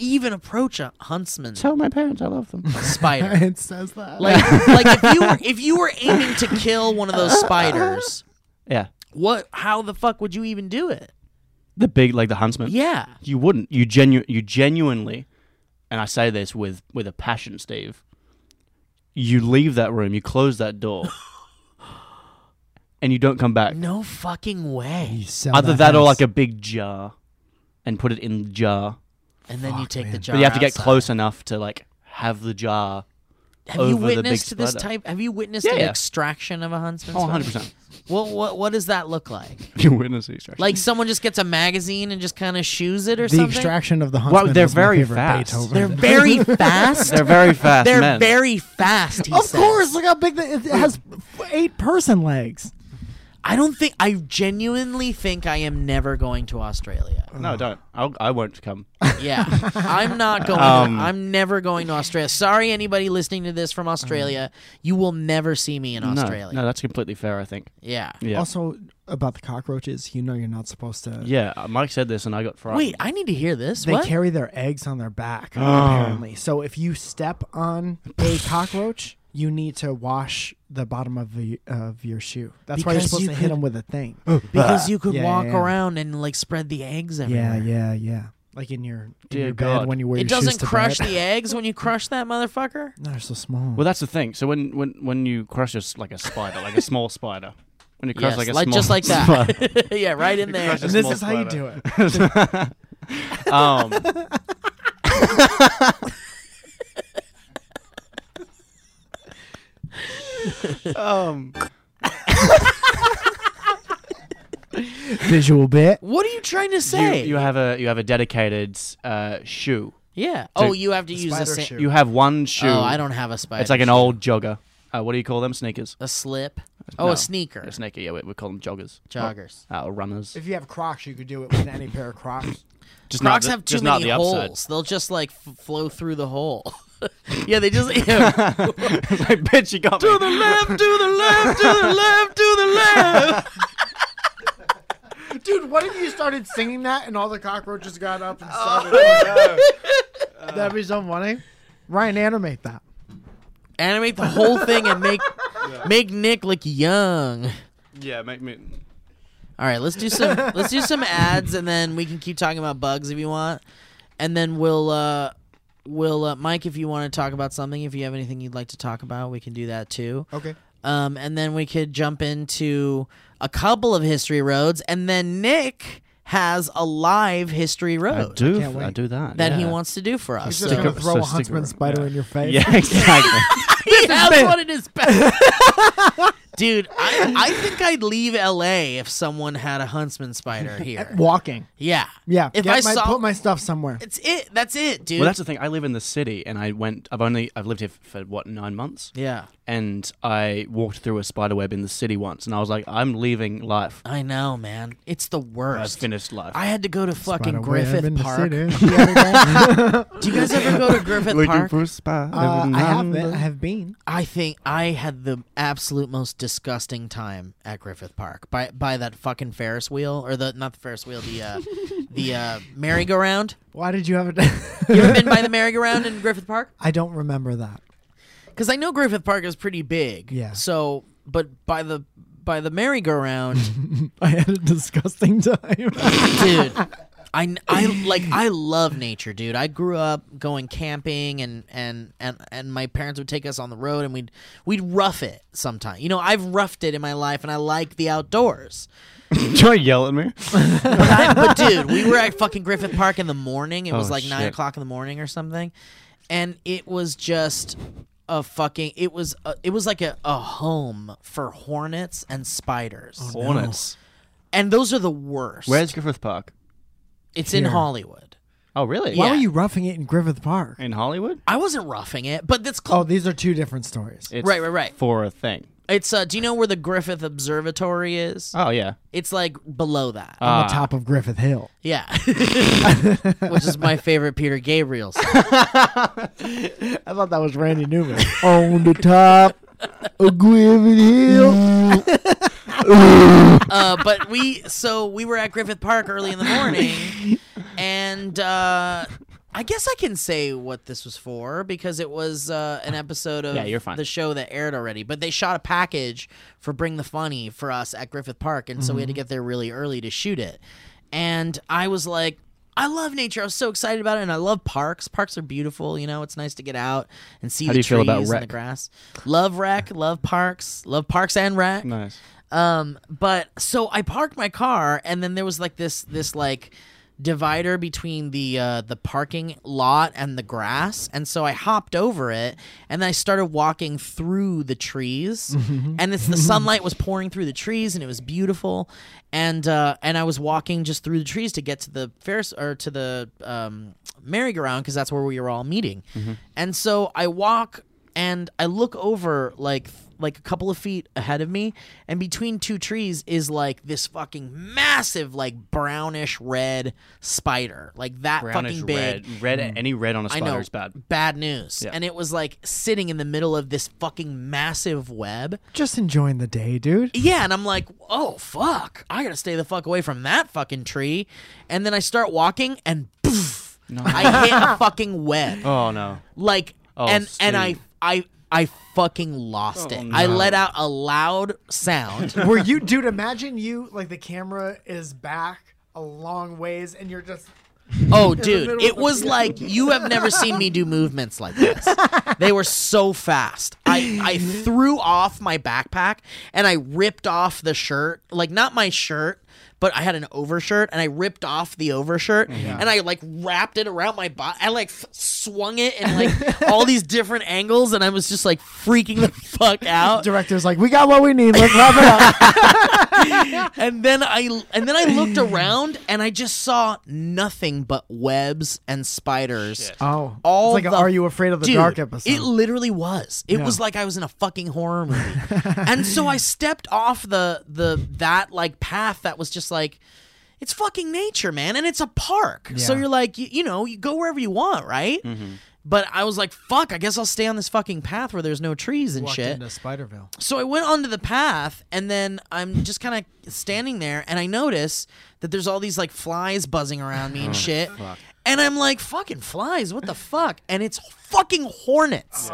S3: even approach a huntsman
S5: Tell my parents I love them.
S3: spider?
S4: (laughs)
S5: (laughs)
S4: it says that.
S3: like like if you were if you were aiming to kill one of those spiders,
S5: yeah.
S3: what how the fuck would you even do it?
S5: The big, like the huntsman.
S3: Yeah.
S5: You wouldn't. You genu- You genuinely, and I say this with with a passion, Steve. You leave that room. You close that door, and you don't come back.
S3: No fucking way.
S4: You sell
S5: Either that, or
S4: house.
S5: like a big jar, and put it in the jar.
S3: And then you take the jar.
S5: But you have to get
S3: outside.
S5: close enough to like have the jar.
S3: Have you
S5: over the big
S3: witnessed this
S5: spider.
S3: type? Have you witnessed
S5: Yeah,
S3: an
S5: yeah.
S3: extraction of a huntsman?
S5: Oh,
S3: spider?
S5: 100 percent.
S3: What what what does that look like?
S5: (laughs) You witness the extraction.
S3: Like someone just gets a magazine and just kind of shoes it or
S4: the
S3: something?
S4: extraction of the huntsman.
S5: they're
S4: was my
S5: very
S4: favorite
S5: fast.
S4: Beethoven.
S3: They're very
S5: (laughs)
S3: fast.
S5: They're
S3: (laughs)
S5: very fast.
S3: They're
S5: men.
S3: very fast. He
S4: of
S3: says.
S4: course. Look how big the, it has. Eight person legs.
S3: I don't think I genuinely think I am never going to Australia.
S5: No, don't. I'll, I won't come. (laughs)
S3: Yeah, I'm not going.
S5: Um,
S3: I'm never going to Australia. Sorry, anybody listening to this from Australia, you will never see me in Australia.
S5: No, no, that's completely fair. I think.
S3: yeah.
S5: Yeah.
S4: Also, about the cockroaches, you know you're not supposed to.
S5: yeah, uh, Mike said this, and I got fried.
S3: Wait, I need to hear this.
S4: They
S3: what?
S4: carry their eggs on their back,
S5: Ah.
S4: apparently. So if you step on
S5: (laughs)
S4: a cockroach, you need to wash the bottom of, the, of your shoe. That's why you're
S3: Because
S4: supposed
S3: you
S4: to hit
S3: could-
S4: them with a thing.
S5: (gasps)
S3: because you could
S4: Yeah,
S3: walk
S4: yeah, yeah.
S3: around and like spread the eggs
S4: yeah,
S3: everywhere.
S4: yeah, yeah. Like in your, in
S5: Dear
S4: your
S5: God.
S4: bed when you wear
S3: It
S4: your shoes
S3: doesn't
S4: to
S3: crush
S4: bed.
S3: the eggs when you crush that motherfucker.
S4: (laughs) No, they're so small.
S5: Well, that's the thing. So when when when you crush just like a spider,
S3: (laughs)
S5: like a small spider, when you crush
S3: Yes,
S5: like a
S3: like-
S5: small
S3: just like
S5: spider-
S3: that. (laughs) yeah, right in there.
S5: Crush
S4: and
S5: a
S4: this
S5: small
S4: is how you
S5: spider.
S4: do it.
S3: (laughs)
S5: um, (laughs) um,
S4: (laughs) Visual
S3: (laughs)
S4: bit.
S3: What are you trying to
S5: you,
S3: say?
S5: you have a you have a dedicated uh, shoe.
S3: yeah.
S5: So-
S3: oh, you have to use a
S4: Spider
S3: sa-
S4: shoe.
S5: You have one shoe.
S3: Oh, I don't have a spider.
S5: It's like an
S3: shoe.
S5: old jogger. Uh, what do you call them? Sneakers.
S3: a slip. Oh,
S5: No.
S3: a sneaker.
S5: A sneaker. Yeah, we, we call them joggers.
S3: Joggers.
S5: Uh, or runners.
S4: If you have Crocs, you could do it with any pair of Crocs.
S5: Just
S3: Crocs
S5: the-
S3: have too
S5: just
S3: many
S5: not the upside. (laughs)
S3: holes. They'll just like f- flow through the hole. (laughs) yeah, they just (laughs) yeah.
S5: I bet you got
S3: to the left, to the left, to the left, to the left.
S4: Dude, what if you started singing that and all the cockroaches got up and started? Oh, (laughs) That'd be so funny. Ryan, animate that.
S3: Animate the whole thing and make make Nick look young.
S5: Yeah, make me.
S3: All right, let's do some let's do some ads and then we can keep talking about bugs if you want. And then we'll uh we'll uh, Mike if you want to talk about something, if you have anything you'd like to talk about, we can do that too.
S4: Okay.
S3: Um, and then we could jump into a couple of history roads, and then Nick has a live history
S5: I
S3: road
S5: do.
S4: can't
S5: I
S4: wait.
S5: do that.
S3: that he
S5: yeah.
S3: wants to do for us.
S4: He's just
S3: So- (laughs)
S4: gonna
S5: up-
S4: throw
S5: so
S4: a
S5: stick
S4: huntsman
S5: around.
S4: spider in your face.
S5: (laughs) Yeah, exactly.
S3: that's
S4: (laughs)
S3: what it is. (laughs) Dude, I, I think I'd leave LA if someone had a huntsman
S4: (laughs)
S3: spider here.
S4: Walking.
S3: Yeah.
S4: Yeah.
S3: If
S4: get
S3: I
S4: my-
S3: saw
S4: put my stuff somewhere.
S3: It's it. That's it, dude.
S5: well, that's the thing. I live in the city, and I went. I've only. I've lived here for what nine months.
S3: yeah.
S5: And I walked through a spider web in the city once, and I was like, I'm leaving life.
S3: I know, man. It's the
S5: I've
S3: worst.
S5: finished life.
S3: I had to go to
S4: Spider
S3: fucking
S4: web
S3: Griffith
S4: in the
S3: Park. (laughs) Do
S4: city. (laughs) The other day.
S3: you guys ever go to Griffith Park?
S5: spider.
S4: Uh, I have been. I have been.
S3: I think I had the absolute most disgusting time at Griffith Park by by that fucking Ferris wheel or the not the Ferris wheel the uh, the uh, merry-go-round.
S4: Why did you have
S3: You
S4: it?
S3: ever been by the merry-go-round in Griffith Park?
S4: (laughs) I don't remember that.
S3: Because I know Griffith Park is pretty big.
S4: Yeah.
S3: So, but by the by the merry-go-round,
S4: (laughs) I had a disgusting (laughs) time.
S3: dude. I, I like I love nature, dude. I grew up going camping and, and, and, and my parents would take us on the road and we'd we'd rough it sometime. You know, I've roughed it in my life and I like the outdoors.
S5: (laughs) Try yell at me.
S3: But,
S5: (laughs)
S3: but dude, we were at fucking Griffith Park in the morning. It was
S5: Oh,
S3: like nine
S5: shit.
S3: o'clock in the morning or something, and it was just a fucking. It was a, it was like a, a home for hornets and spiders,
S5: Hornets.
S3: and those are the worst.
S5: Oh, (gasps) Where's Griffith Park?
S3: it's in
S4: Here.
S3: Hollywood.
S5: Oh, really?
S4: Why
S3: Yeah.
S4: were you roughing it in Griffith Park?
S5: In Hollywood?
S3: I wasn't roughing it, but that's cl-
S4: Oh, these are two different stories.
S5: It's
S3: Right, right, right.
S5: For a thing.
S3: it's. Uh, do you know where the Griffith Observatory is?
S5: Oh yeah.
S3: It's like below that.
S5: Uh.
S4: on the top of Griffith Hill.
S3: yeah, (laughs) which is my favorite
S5: (laughs)
S3: Peter Gabriel. Song.
S4: I thought that was Randy Newman. (laughs) on the top of Griffith Hill.
S3: uh, but we so we were at Griffith Park early in the morning, and uh, I guess I can say what this was for because it was uh, an episode of
S5: Yeah, you're fine.
S3: the show that aired already. But they shot a package for Bring the Funny for us at Griffith Park, and so we had
S5: Mm-hmm.
S3: to get there really early to shoot it. And I was like. I love nature. I was so excited about it, and I love parks. Parks are beautiful. You know, it's nice to get out and see
S5: How
S3: the
S5: do you
S3: trees
S5: feel about
S3: and the
S5: rec?
S3: grass. Love rec, love parks, love parks and rec.
S5: Nice.
S3: Um, but so I parked my car, and then there was like this this like divider between the uh, the parking lot and the grass, and so I hopped over it, and then I started walking through the trees, and it's, the sunlight was pouring through the trees, and it was beautiful, and uh, and I was walking just through the trees to get to the Ferris or to the um, merry-go-round because that's where we were all meeting, and so I walk and I look over like like a couple of feet ahead of me, and between two trees is like this fucking massive like brownish red spider, like that
S5: Brownish
S3: fucking big.
S5: red. Red. Any red on a
S3: I know.
S5: spider is bad.
S3: news.
S5: Yeah.
S3: And it was like sitting in the middle of this fucking massive web.
S4: Just enjoying the day, dude.
S3: Yeah, and I'm like, oh fuck, I gotta stay the fuck away from that fucking tree. And then I start walking, and poof, I hit a
S5: (laughs)
S3: fucking web.
S5: Oh no.
S3: Like,
S5: Oh,
S3: and and I
S5: sweet.
S3: I I fucking lost it.
S5: Oh,
S3: I
S5: no.
S3: let out a loud sound. (laughs)
S4: Were you, dude? Imagine you like the camera is back a long ways, and you're just
S3: Oh,
S4: middle
S3: dude,
S4: of
S3: it
S4: the
S3: was like you have never seen me do movements like this. They were so fast. I, I threw off my backpack and I ripped off the shirt, like not my shirt, but I had an overshirt and I ripped off the
S5: Oh,
S3: overshirt and I like wrapped it around my body. I like f- swung it in like all these different angles and I was just like freaking the (laughs) fuck out.
S4: director's like, "We got what we need. Let's wrap it up."
S3: (laughs) and then I and then I
S4: (laughs)
S3: looked around and I just saw nothing but webs and spiders.
S4: Oh,
S3: All
S4: it's like,
S3: the-
S4: a "Are you afraid of the
S3: Dude,
S4: dark?" episode.
S3: It literally was. It
S4: Yeah.
S3: was like I was in a fucking horror
S4: (laughs)
S3: movie. and so I stepped off the the that like path that was just like it's fucking nature, man, and it's a park. So
S4: Yeah.
S3: you're like, you, you know, you go wherever you want, right? But I was like, fuck, I guess I'll stay on this fucking path where there's no trees and shit
S4: Spiderville.
S3: so I went onto the path, and then I'm just kind of standing there, and I notice that there's all these like flies buzzing around
S4: Oh,
S3: me and shit. And I'm like, fucking flies, what the fuck? And it's fucking hornets.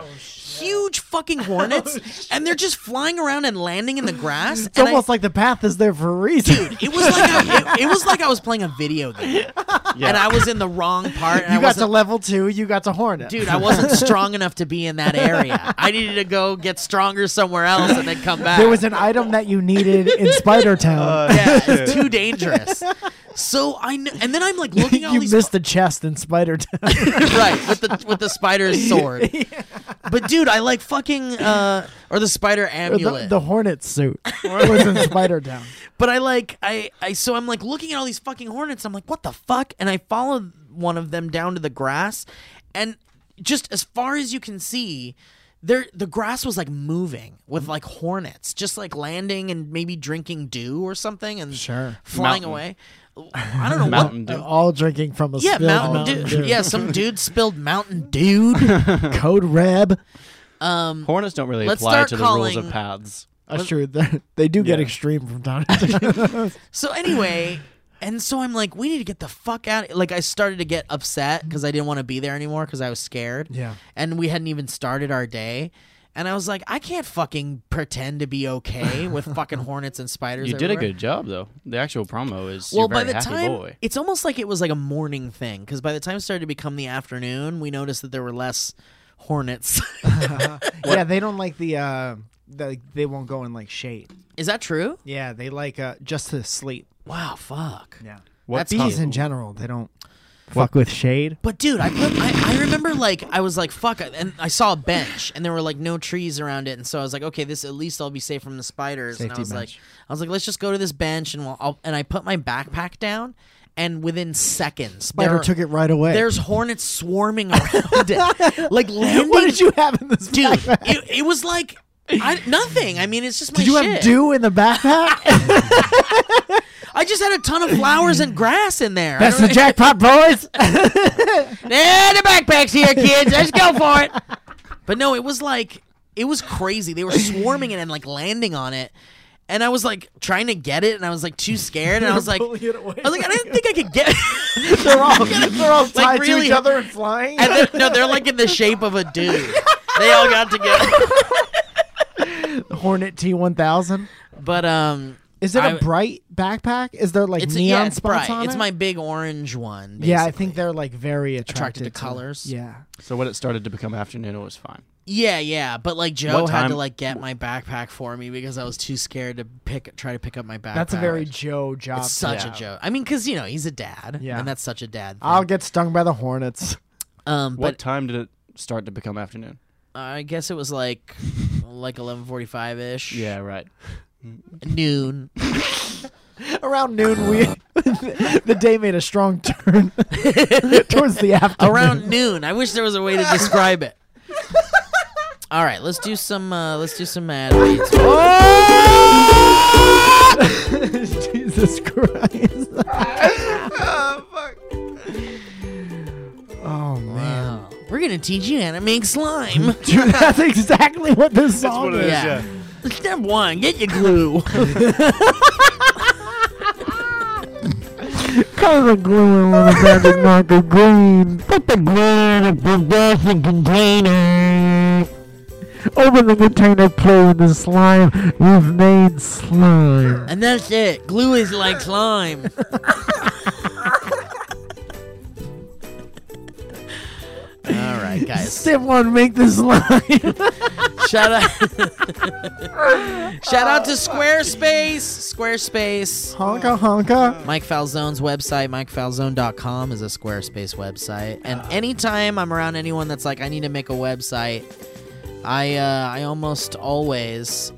S3: Huge fucking hornets. and they're just flying around and landing in the grass.
S4: It's almost like the path is there for a reason. (laughs)
S3: it was like I, it, it was like I was playing a video game, and I was in the wrong part. And I
S4: you got
S3: wasn't-
S4: to level two. You got to Hornet.
S3: dude, I wasn't strong enough to be in that area. I needed to go get stronger somewhere else and then come back.
S4: there was an item that you
S3: (laughs)
S4: needed in Spider (laughs) Town.
S3: yeah, it's too dangerous. So I kn- and then I'm like looking
S4: (laughs)
S3: at all
S4: you
S3: these
S4: missed the chest in
S3: (laughs)
S4: Spider Town.
S3: right with the with the
S4: (laughs)
S3: spider's sword. But dude, I like fucking uh or the spider
S4: the,
S3: amulet.
S4: the
S3: (laughs)
S4: Hornet suit was in Spider Town.
S3: but I like I I so I'm like looking at all these fucking hornets. I'm like, what the fuck? And I followed one of them down to the grass, and just as far as you can see. There, the grass was like moving with like hornets, just like landing and maybe drinking dew or something, and
S4: Sure.
S3: flying
S5: Mountain-
S3: away. I don't know
S4: (laughs)
S3: what
S5: Mountain
S4: They're
S5: Dew.
S4: all drinking from a
S3: Yeah,
S4: spilled
S3: Mountain, Dew.
S5: (laughs)
S3: Yeah, some dude spilled Mountain Dude.
S4: Code Reb.
S3: Um,
S5: Hornets don't really
S3: Let's
S5: apply
S3: start
S5: to the rules
S3: calling-
S5: of paths.
S4: That's true. (laughs) They they do get
S5: Yeah.
S4: extreme from time (laughs) to time.
S3: so anyway, and so I'm like, we need to get the fuck out. Like, I started to get upset because I didn't want to be there anymore because I was scared.
S4: Yeah.
S3: and we hadn't even started our day. And I was like, I can't fucking pretend to be
S5: (laughs)
S3: okay with fucking hornets and spiders.
S5: You did a
S3: everywhere.
S5: good job though. The actual promo is
S3: well,
S5: you're
S3: by
S5: very
S3: the
S5: happy
S3: time
S5: boy.
S3: it's almost like it was like a morning thing because by the time it started to become the afternoon, we noticed that there were less hornets. (laughs)
S4: yeah, they don't like the. Uh, the, they won't go in like shade.
S3: Is that true?
S4: Yeah, they like uh, just to sleep.
S3: Wow, fuck.
S4: Yeah.
S5: What
S3: that's
S4: Bees
S3: cool.
S4: in general, they don't fuck with shade.
S3: But dude, I, put, I I remember like I was like fuck, and I saw a bench, and there were like no trees around it, and so I was like, okay, this at least I'll be safe from the spiders. and I
S4: Safety
S3: was like,
S4: bench.
S3: I was like, let's just go to this bench, and we'll, I'll, and I put my backpack down, and within seconds,
S4: Spider
S3: there
S4: took it right away.
S3: There's hornets swarming around
S4: (laughs)
S3: it, like landing.
S4: what did you have in this
S3: dude?
S4: backpack?
S3: It, it was like I, nothing. I mean, it's just my
S4: Did you
S3: shit.
S4: have dew in the backpack?
S3: I just had a ton of flowers and grass in there. I
S4: (laughs) That's
S3: don't
S4: the
S3: know-
S4: jackpot, (laughs) boys.
S3: Nah, the backpack's here, kids. Let's go for it. (laughs) But no, it was like it was crazy. They were swarming it and like landing on it. And I was like trying to get it, and I was like too scared, and I was like, I was
S4: pulling it away
S3: like, I didn't think I could get. (laughs) it.
S4: (laughs) they're all they're all tied to
S3: really-
S4: each other and flying.
S3: and then, no, they're like in the shape of a dude. They all got together.
S4: Hornet T one thousand.
S3: But um,
S4: Is it a
S3: I-
S4: bright backpack? Is there like
S3: it's
S4: neon
S3: yeah, it's
S4: spots
S3: bright.
S4: on
S3: It's
S4: it?
S3: my big orange one.
S4: yeah, I
S3: basically.
S4: think they're like very attracted,
S3: Attracted to colors.
S4: Yeah,
S5: So when it started to become afternoon, it was fine.
S3: Yeah, yeah, but like Joe had to
S5: time-
S3: like get my backpack for me because I was too scared to pick try to pick up my backpack.
S4: that's a very Joe job.
S3: It's such a
S5: Yeah.
S3: joke. I mean, because you know he's a dad,
S4: Yeah.
S3: and that's such a dad. Thing.
S4: I'll get stung by the hornets. (laughs)
S3: um,
S5: What
S3: but
S5: time did it start to become afternoon?
S3: I guess it was (laughs) like like eleven forty five ish.
S5: Yeah, right.
S3: noon.
S4: Around noon, we (laughs) the day made a strong turn (laughs) towards the afternoon.
S3: (laughs) Around noon. I wish there was a way to describe it. All right, let's do some. Uh, let's do some ad (laughs) reads. Oh,
S4: (laughs) Jesus
S3: (laughs)
S4: Christ. Oh man, (laughs)
S3: wow. We're gonna teach you how to make slime.
S4: Dude, that's exactly what this song
S5: what it is.
S4: is.
S3: (laughs) yeah. (laughs) Step one, get your glue.
S4: Kind of glue on the back of Michael Green. Put the glue in a plastic container. Open the container, play with the slime. We've made slime.
S3: (laughs) and that's it. Glue is like (laughs) slime. All right, guys.
S4: Step one, make the slime.
S3: Shout out! Shout out to Squarespace. Squarespace.
S4: (laughs) honka honka.
S3: Mike Falzone's website, mikefalzone.com, is a Squarespace website. And anytime I'm around anyone that's like, I need to make a website, I uh, I almost always,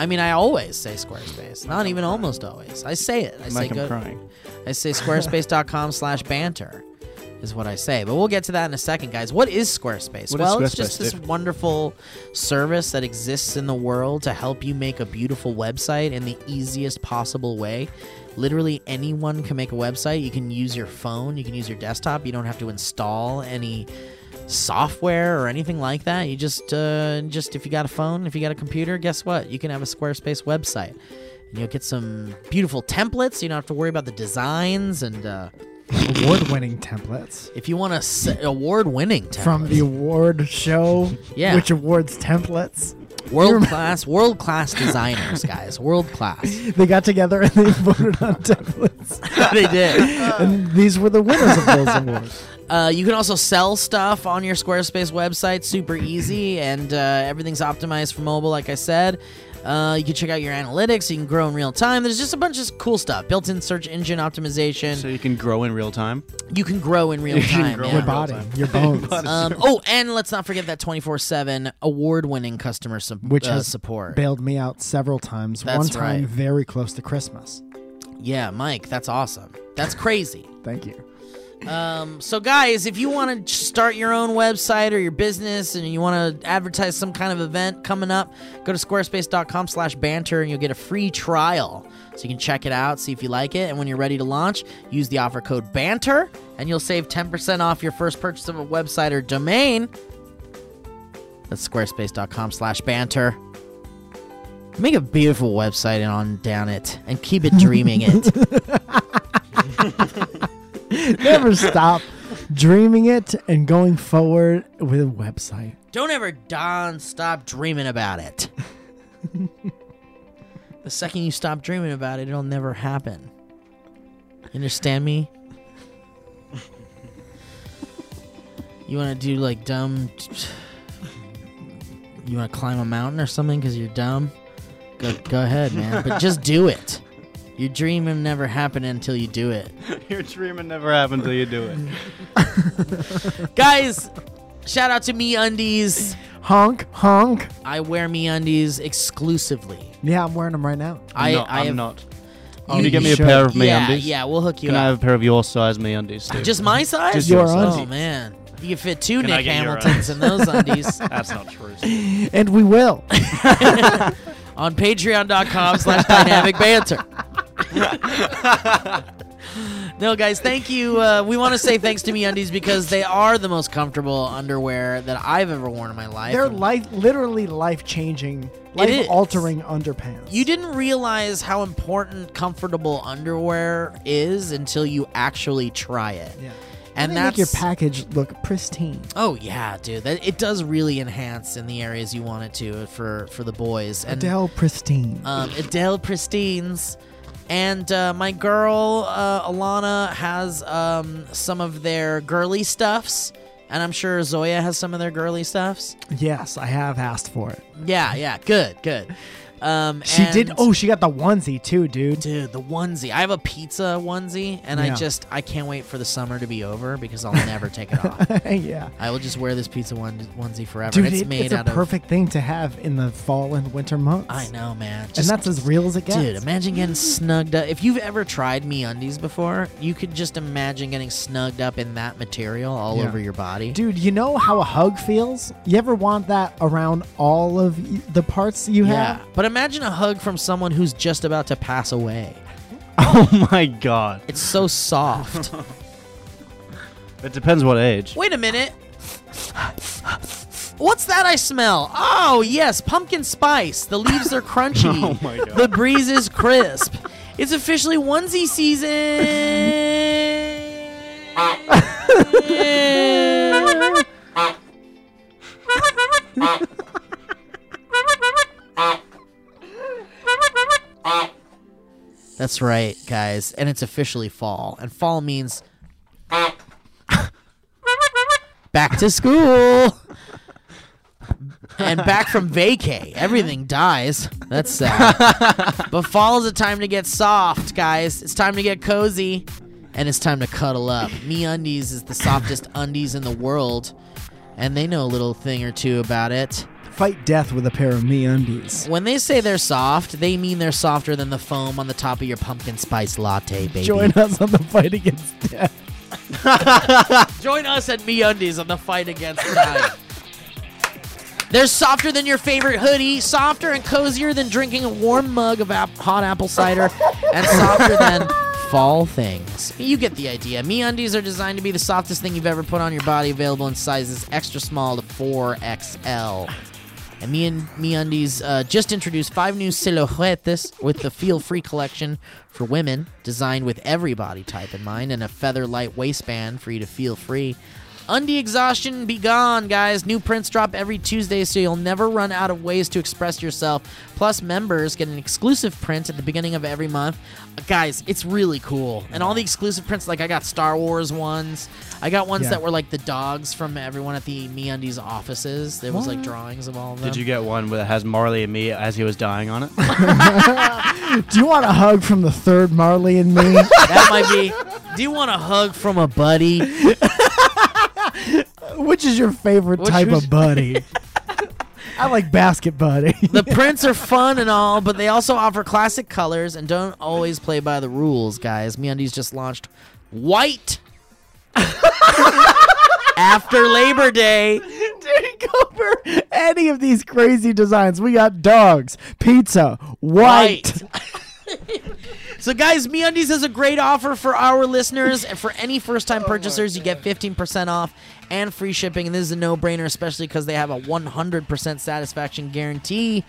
S3: I mean, I always say Squarespace. Not even almost always. I say it. I say
S5: Mike, I'm
S3: go-
S5: crying.
S3: I say squarespace.com slash banter is what I say. But we'll get to that in a second, guys. What is Squarespace?
S5: What is
S3: well, it's
S5: Squarespace,
S3: just this
S5: dude?
S3: wonderful service that exists in the world to help you make a beautiful website in the easiest possible way. Literally anyone can make a website. You can use your phone, you can use your desktop. You don't have to install any software or anything like that. You just uh, just if you got a phone, if you got a computer, guess what? You can have a Squarespace website. And you'll get some beautiful templates. You don't have to worry about the designs. And uh,
S4: Award-winning templates
S3: if you want a s- award-winning template,
S4: from the award show,
S3: Yeah.
S4: which awards templates.
S3: world class, world class designers, guys, world class.
S4: They got together and they (laughs) voted on templates,
S3: (laughs) they did.
S4: and these were the winners of (laughs) those awards.
S3: Uh, you can also sell stuff on your Squarespace website, super easy, and uh, everything's optimized for mobile, like I said. Uh, you can check out your analytics. You can grow in real time. There's just a bunch of cool stuff. Built-in search engine optimization.
S5: So you can grow in real time.
S3: you can grow in real
S5: can
S3: time.
S5: grow
S3: yeah.
S4: Your body, your bones.
S3: Um, oh, and let's not forget that 24 7 award winning customer su-
S4: which
S3: uh,
S4: has
S3: support.
S4: bailed me out several times.
S3: That's
S4: One time,
S3: right.
S4: very close to Christmas.
S3: yeah, Mike, that's awesome. That's crazy.
S4: Thank you. (laughs)
S3: Um, so, guys, if you want to start your own website or your business and you want to advertise some kind of event coming up, go to squarespace.com slash banter and you'll get a free trial. So you can check it out, see if you like it. And when you're ready to launch, use the offer code BANTER and you'll save 10% off your first purchase of a website or domain. That's squarespace.com slash banter. Make a beautiful website and on down it and keep it dreaming it.
S4: Never stop dreaming it and going forward with a website.
S3: Don't ever Don stop dreaming about it. the second you stop dreaming about it, it'll never happen. You understand me? you want to do like dumb. You want to climb a mountain or something because you're dumb? Go, go ahead, man. But just do it. Your dream will never happen until you do it.
S5: (laughs) Your dreaming never happens until you do it.
S3: Guys, shout out to Me Undies.
S4: Honk, honk.
S3: I wear Me Undies exclusively.
S4: Yeah, I'm wearing them right now.
S3: I,
S5: no,
S3: I
S5: I'm
S3: have-
S5: not.
S4: Oh,
S5: Can you get me a
S4: should.
S5: pair of me
S3: yeah,
S5: undies?
S3: yeah, we'll hook you
S5: Can I
S3: up.
S5: have a pair of your size me undies, Steve?
S3: Just my size?
S5: Just
S4: your
S3: oh
S4: undies.
S3: man, you can fit two
S5: Can I
S3: Nick
S5: get your
S3: Hamiltons in those
S5: (laughs)
S3: undies.
S5: That's not true. (laughs)
S4: And we will.
S3: on patreon.com slash dynamic banter (laughs) no guys thank you uh, we want to say thanks to me undies because they are the most comfortable underwear that i've ever worn in my life
S4: (laughs) They're
S3: And
S4: life, literally life changing, life altering underpants.
S3: you didn't realize how important comfortable underwear is until you actually try it
S4: Yeah.
S3: and
S4: they
S3: that's
S4: make your package look pristine.
S3: Oh yeah, dude. That it does really enhance in the areas you want it to uh, for for the boys and
S4: Dell pristine.
S3: um, Adele Pristine's. And uh, my girl uh, Alana has um, some of their girly stuffs, and I'm sure Zoya has some of their girly stuffs.
S4: yes, I have asked for it.
S3: Yeah, yeah, good, good. Um,
S4: She did.
S3: and-
S4: Oh, she got the onesie too, dude. (laughs)
S3: dude, the onesie. I have a pizza onesie, and I
S4: Yeah.
S3: just I can't wait for the summer to be over because I'll never take it
S4: (laughs)
S3: off.
S4: yeah,
S3: I will just wear this pizza one, onesie forever.
S4: dude.
S3: and it's
S4: it-
S3: made
S4: it's a
S3: out
S4: perfect thing to have in the fall and winter months.
S3: of. I know, man.
S4: and
S3: Just-
S4: that's as real as it gets.
S3: Dude, imagine getting snugged up. If you've ever tried me undies before, you could just imagine getting snugged up in that material all
S4: Yeah.
S3: over your body.
S4: Dude, you know how a hug feels? You ever want that around all of y- the parts you
S3: yeah.
S4: have?
S3: But imagine a hug from someone who's just about to pass away.
S5: Oh my god.
S3: It's
S4: (laughs)
S3: so soft.
S5: It depends what age.
S3: Wait a minute. What's that I smell? Oh, yes, pumpkin spice.
S5: (laughs)
S3: The leaves are crunchy.
S5: Oh my God.
S3: The breeze is crisp. It's officially onesie season. That's right, guys. And it's officially fall. And fall means back to school and back from vacay. Everything dies. That's sad. but fall is a time to get soft, guys. It's time to get cozy and it's time to cuddle up. Me Undies is the softest undies in the world. And they know a little thing or two about it.
S4: Fight death with a pair of me undies.
S3: When they say they're soft, they mean they're softer than the foam on the top of your pumpkin spice latte, baby.
S4: Join us on the fight against death. (laughs)
S3: Join us at MeUndies on the fight against time. They're softer than your favorite hoodie, softer and cozier than drinking a warm mug of ap- hot apple cider, and softer than fall things. You get the idea. MeUndies are designed to be the softest thing you've ever put on your body, available in sizes extra small to 4XL. And me and MeUndies uh, just introduced five new silhouettes with the Feel Free collection for women, designed with every body type in mind, and a feather light waistband for you to feel free. Undie exhaustion be gone, guys. New prints drop every Tuesday, so you'll never run out of ways to express yourself. Plus, members get an exclusive print at the beginning of every month. Uh, Guys, it's really cool. And all the exclusive prints, like I got Star Wars ones. I got ones
S4: Yeah.
S3: that were like the dogs from everyone at the MeUndies offices. There was like drawings of all of them.
S5: Did you get one that has Marley and me as he was dying (laughs) on it?
S4: Do you want a hug from the third Marley and (laughs) me?
S3: That might be. Do you want a hug from a buddy?
S4: Which is your favorite
S3: Which
S4: type
S3: was-
S4: of buddy? I like basket buddy.
S5: (laughs)
S3: The prints are fun and all, but they also offer classic colors and don't always play by the rules, guys. MeUndies just launched white (laughs) after Labor Day.
S4: (laughs) Take over any of these crazy designs. We got dogs, pizza, white.
S3: (laughs) so, guys, MeUndies has a great offer for our listeners, and for any first-time purchasers, you get 15% off and free shipping. And this is a no-brainer, especially because they have a 100% satisfaction guarantee.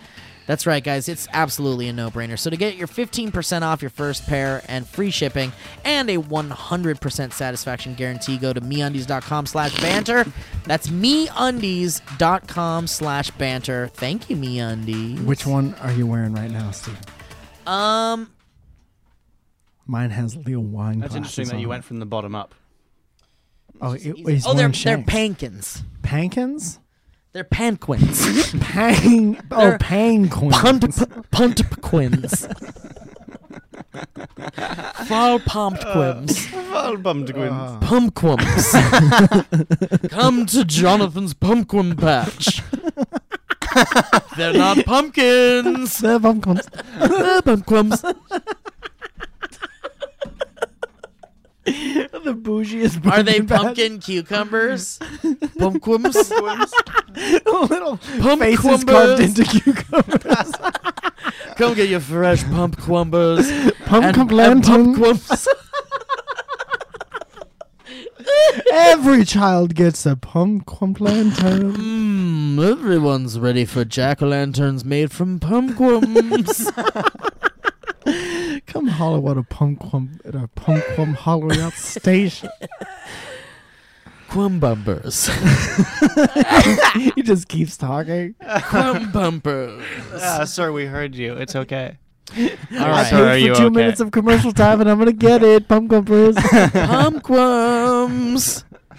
S3: That's right, guys. It's absolutely a no-brainer. So to get your 15% off your first pair and free shipping and a 100% satisfaction guarantee, go to MeUndies.com slash banter. That's MeUndies.com slash banter. Thank you, MeUndies.
S4: Which one are you wearing right now, Steve?
S3: Um...
S4: Mine has Leo Wine.
S5: That's interesting that you went from the bottom up.
S4: Oh, it, he's
S3: Oh, they're they're
S4: wearing Shanks.
S3: pankins.
S4: Pankins?
S3: They're panquins. (laughs)
S4: Pang. Oh,
S3: They're-
S4: Panquins.
S3: Punt
S4: (laughs)
S3: puntquins. Flower
S4: (laughs)
S3: pumpquins. Pumpquums. Come to Jonathan's pumpkin
S4: (laughs)
S3: patch. They're not
S4: (laughs)
S3: pumpkins.
S4: They're pumpkins.
S3: They're pumpkins.
S4: the bougiest.
S3: Are they
S4: bad-
S3: pumpkin cucumbers? Pumpkins.
S4: (laughs) Little faces
S3: Pumpquumbers.
S4: carved into cucumbers.
S3: Come get your fresh pumpquumbers.
S4: (laughs)
S3: (laughs)
S4: Pumpkin
S3: and (laughs)
S4: lantern. (laughs) Every child gets a pumpkin
S3: (laughs)
S4: lantern.
S3: Mmm, everyone's ready for jack o' lanterns made from (laughs) pumpkins.
S4: Come hollow out a pumpkin at a pumpkin hollow
S3: (laughs)
S4: out station. (laughs)
S3: Quum (laughs) bumpers.
S4: he just keeps talking.
S3: Quum bumpers.
S5: (laughs) Ah, sir, we heard you. It's (laughs) okay.
S3: All
S4: I
S3: right.
S5: Sorry, are
S4: paid
S5: you
S4: for two
S5: okay?
S4: minutes of commercial time, and I'm gonna get it. Pumpkin please.
S3: Pumpkins.
S4: Uh.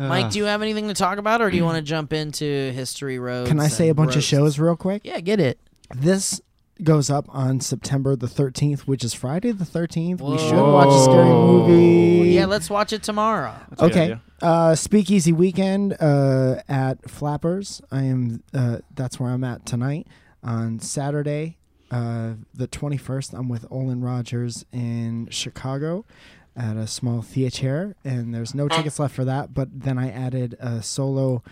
S3: Mike,
S5: Ah.
S3: do you have anything to talk about, or do you want to jump into history roads?
S4: (laughs) Can I say a
S3: and
S4: bunch of
S3: roasts?
S4: shows real quick?
S3: Yeah, get it.
S4: This goes up on September the 13th, which is Friday the 13th. We should
S3: Whoa.
S4: watch a scary movie.
S3: Yeah, let's watch it tomorrow.
S5: a good
S4: okay.
S5: idea.
S4: Uh, Speakeasy weekend uh, at Flappers. I am. Uh, that's where I'm at tonight. On Saturday, uh, the 21st, I'm with Olin Rogers in Chicago at a small theater, and there's no tickets left for that. But then I added a solo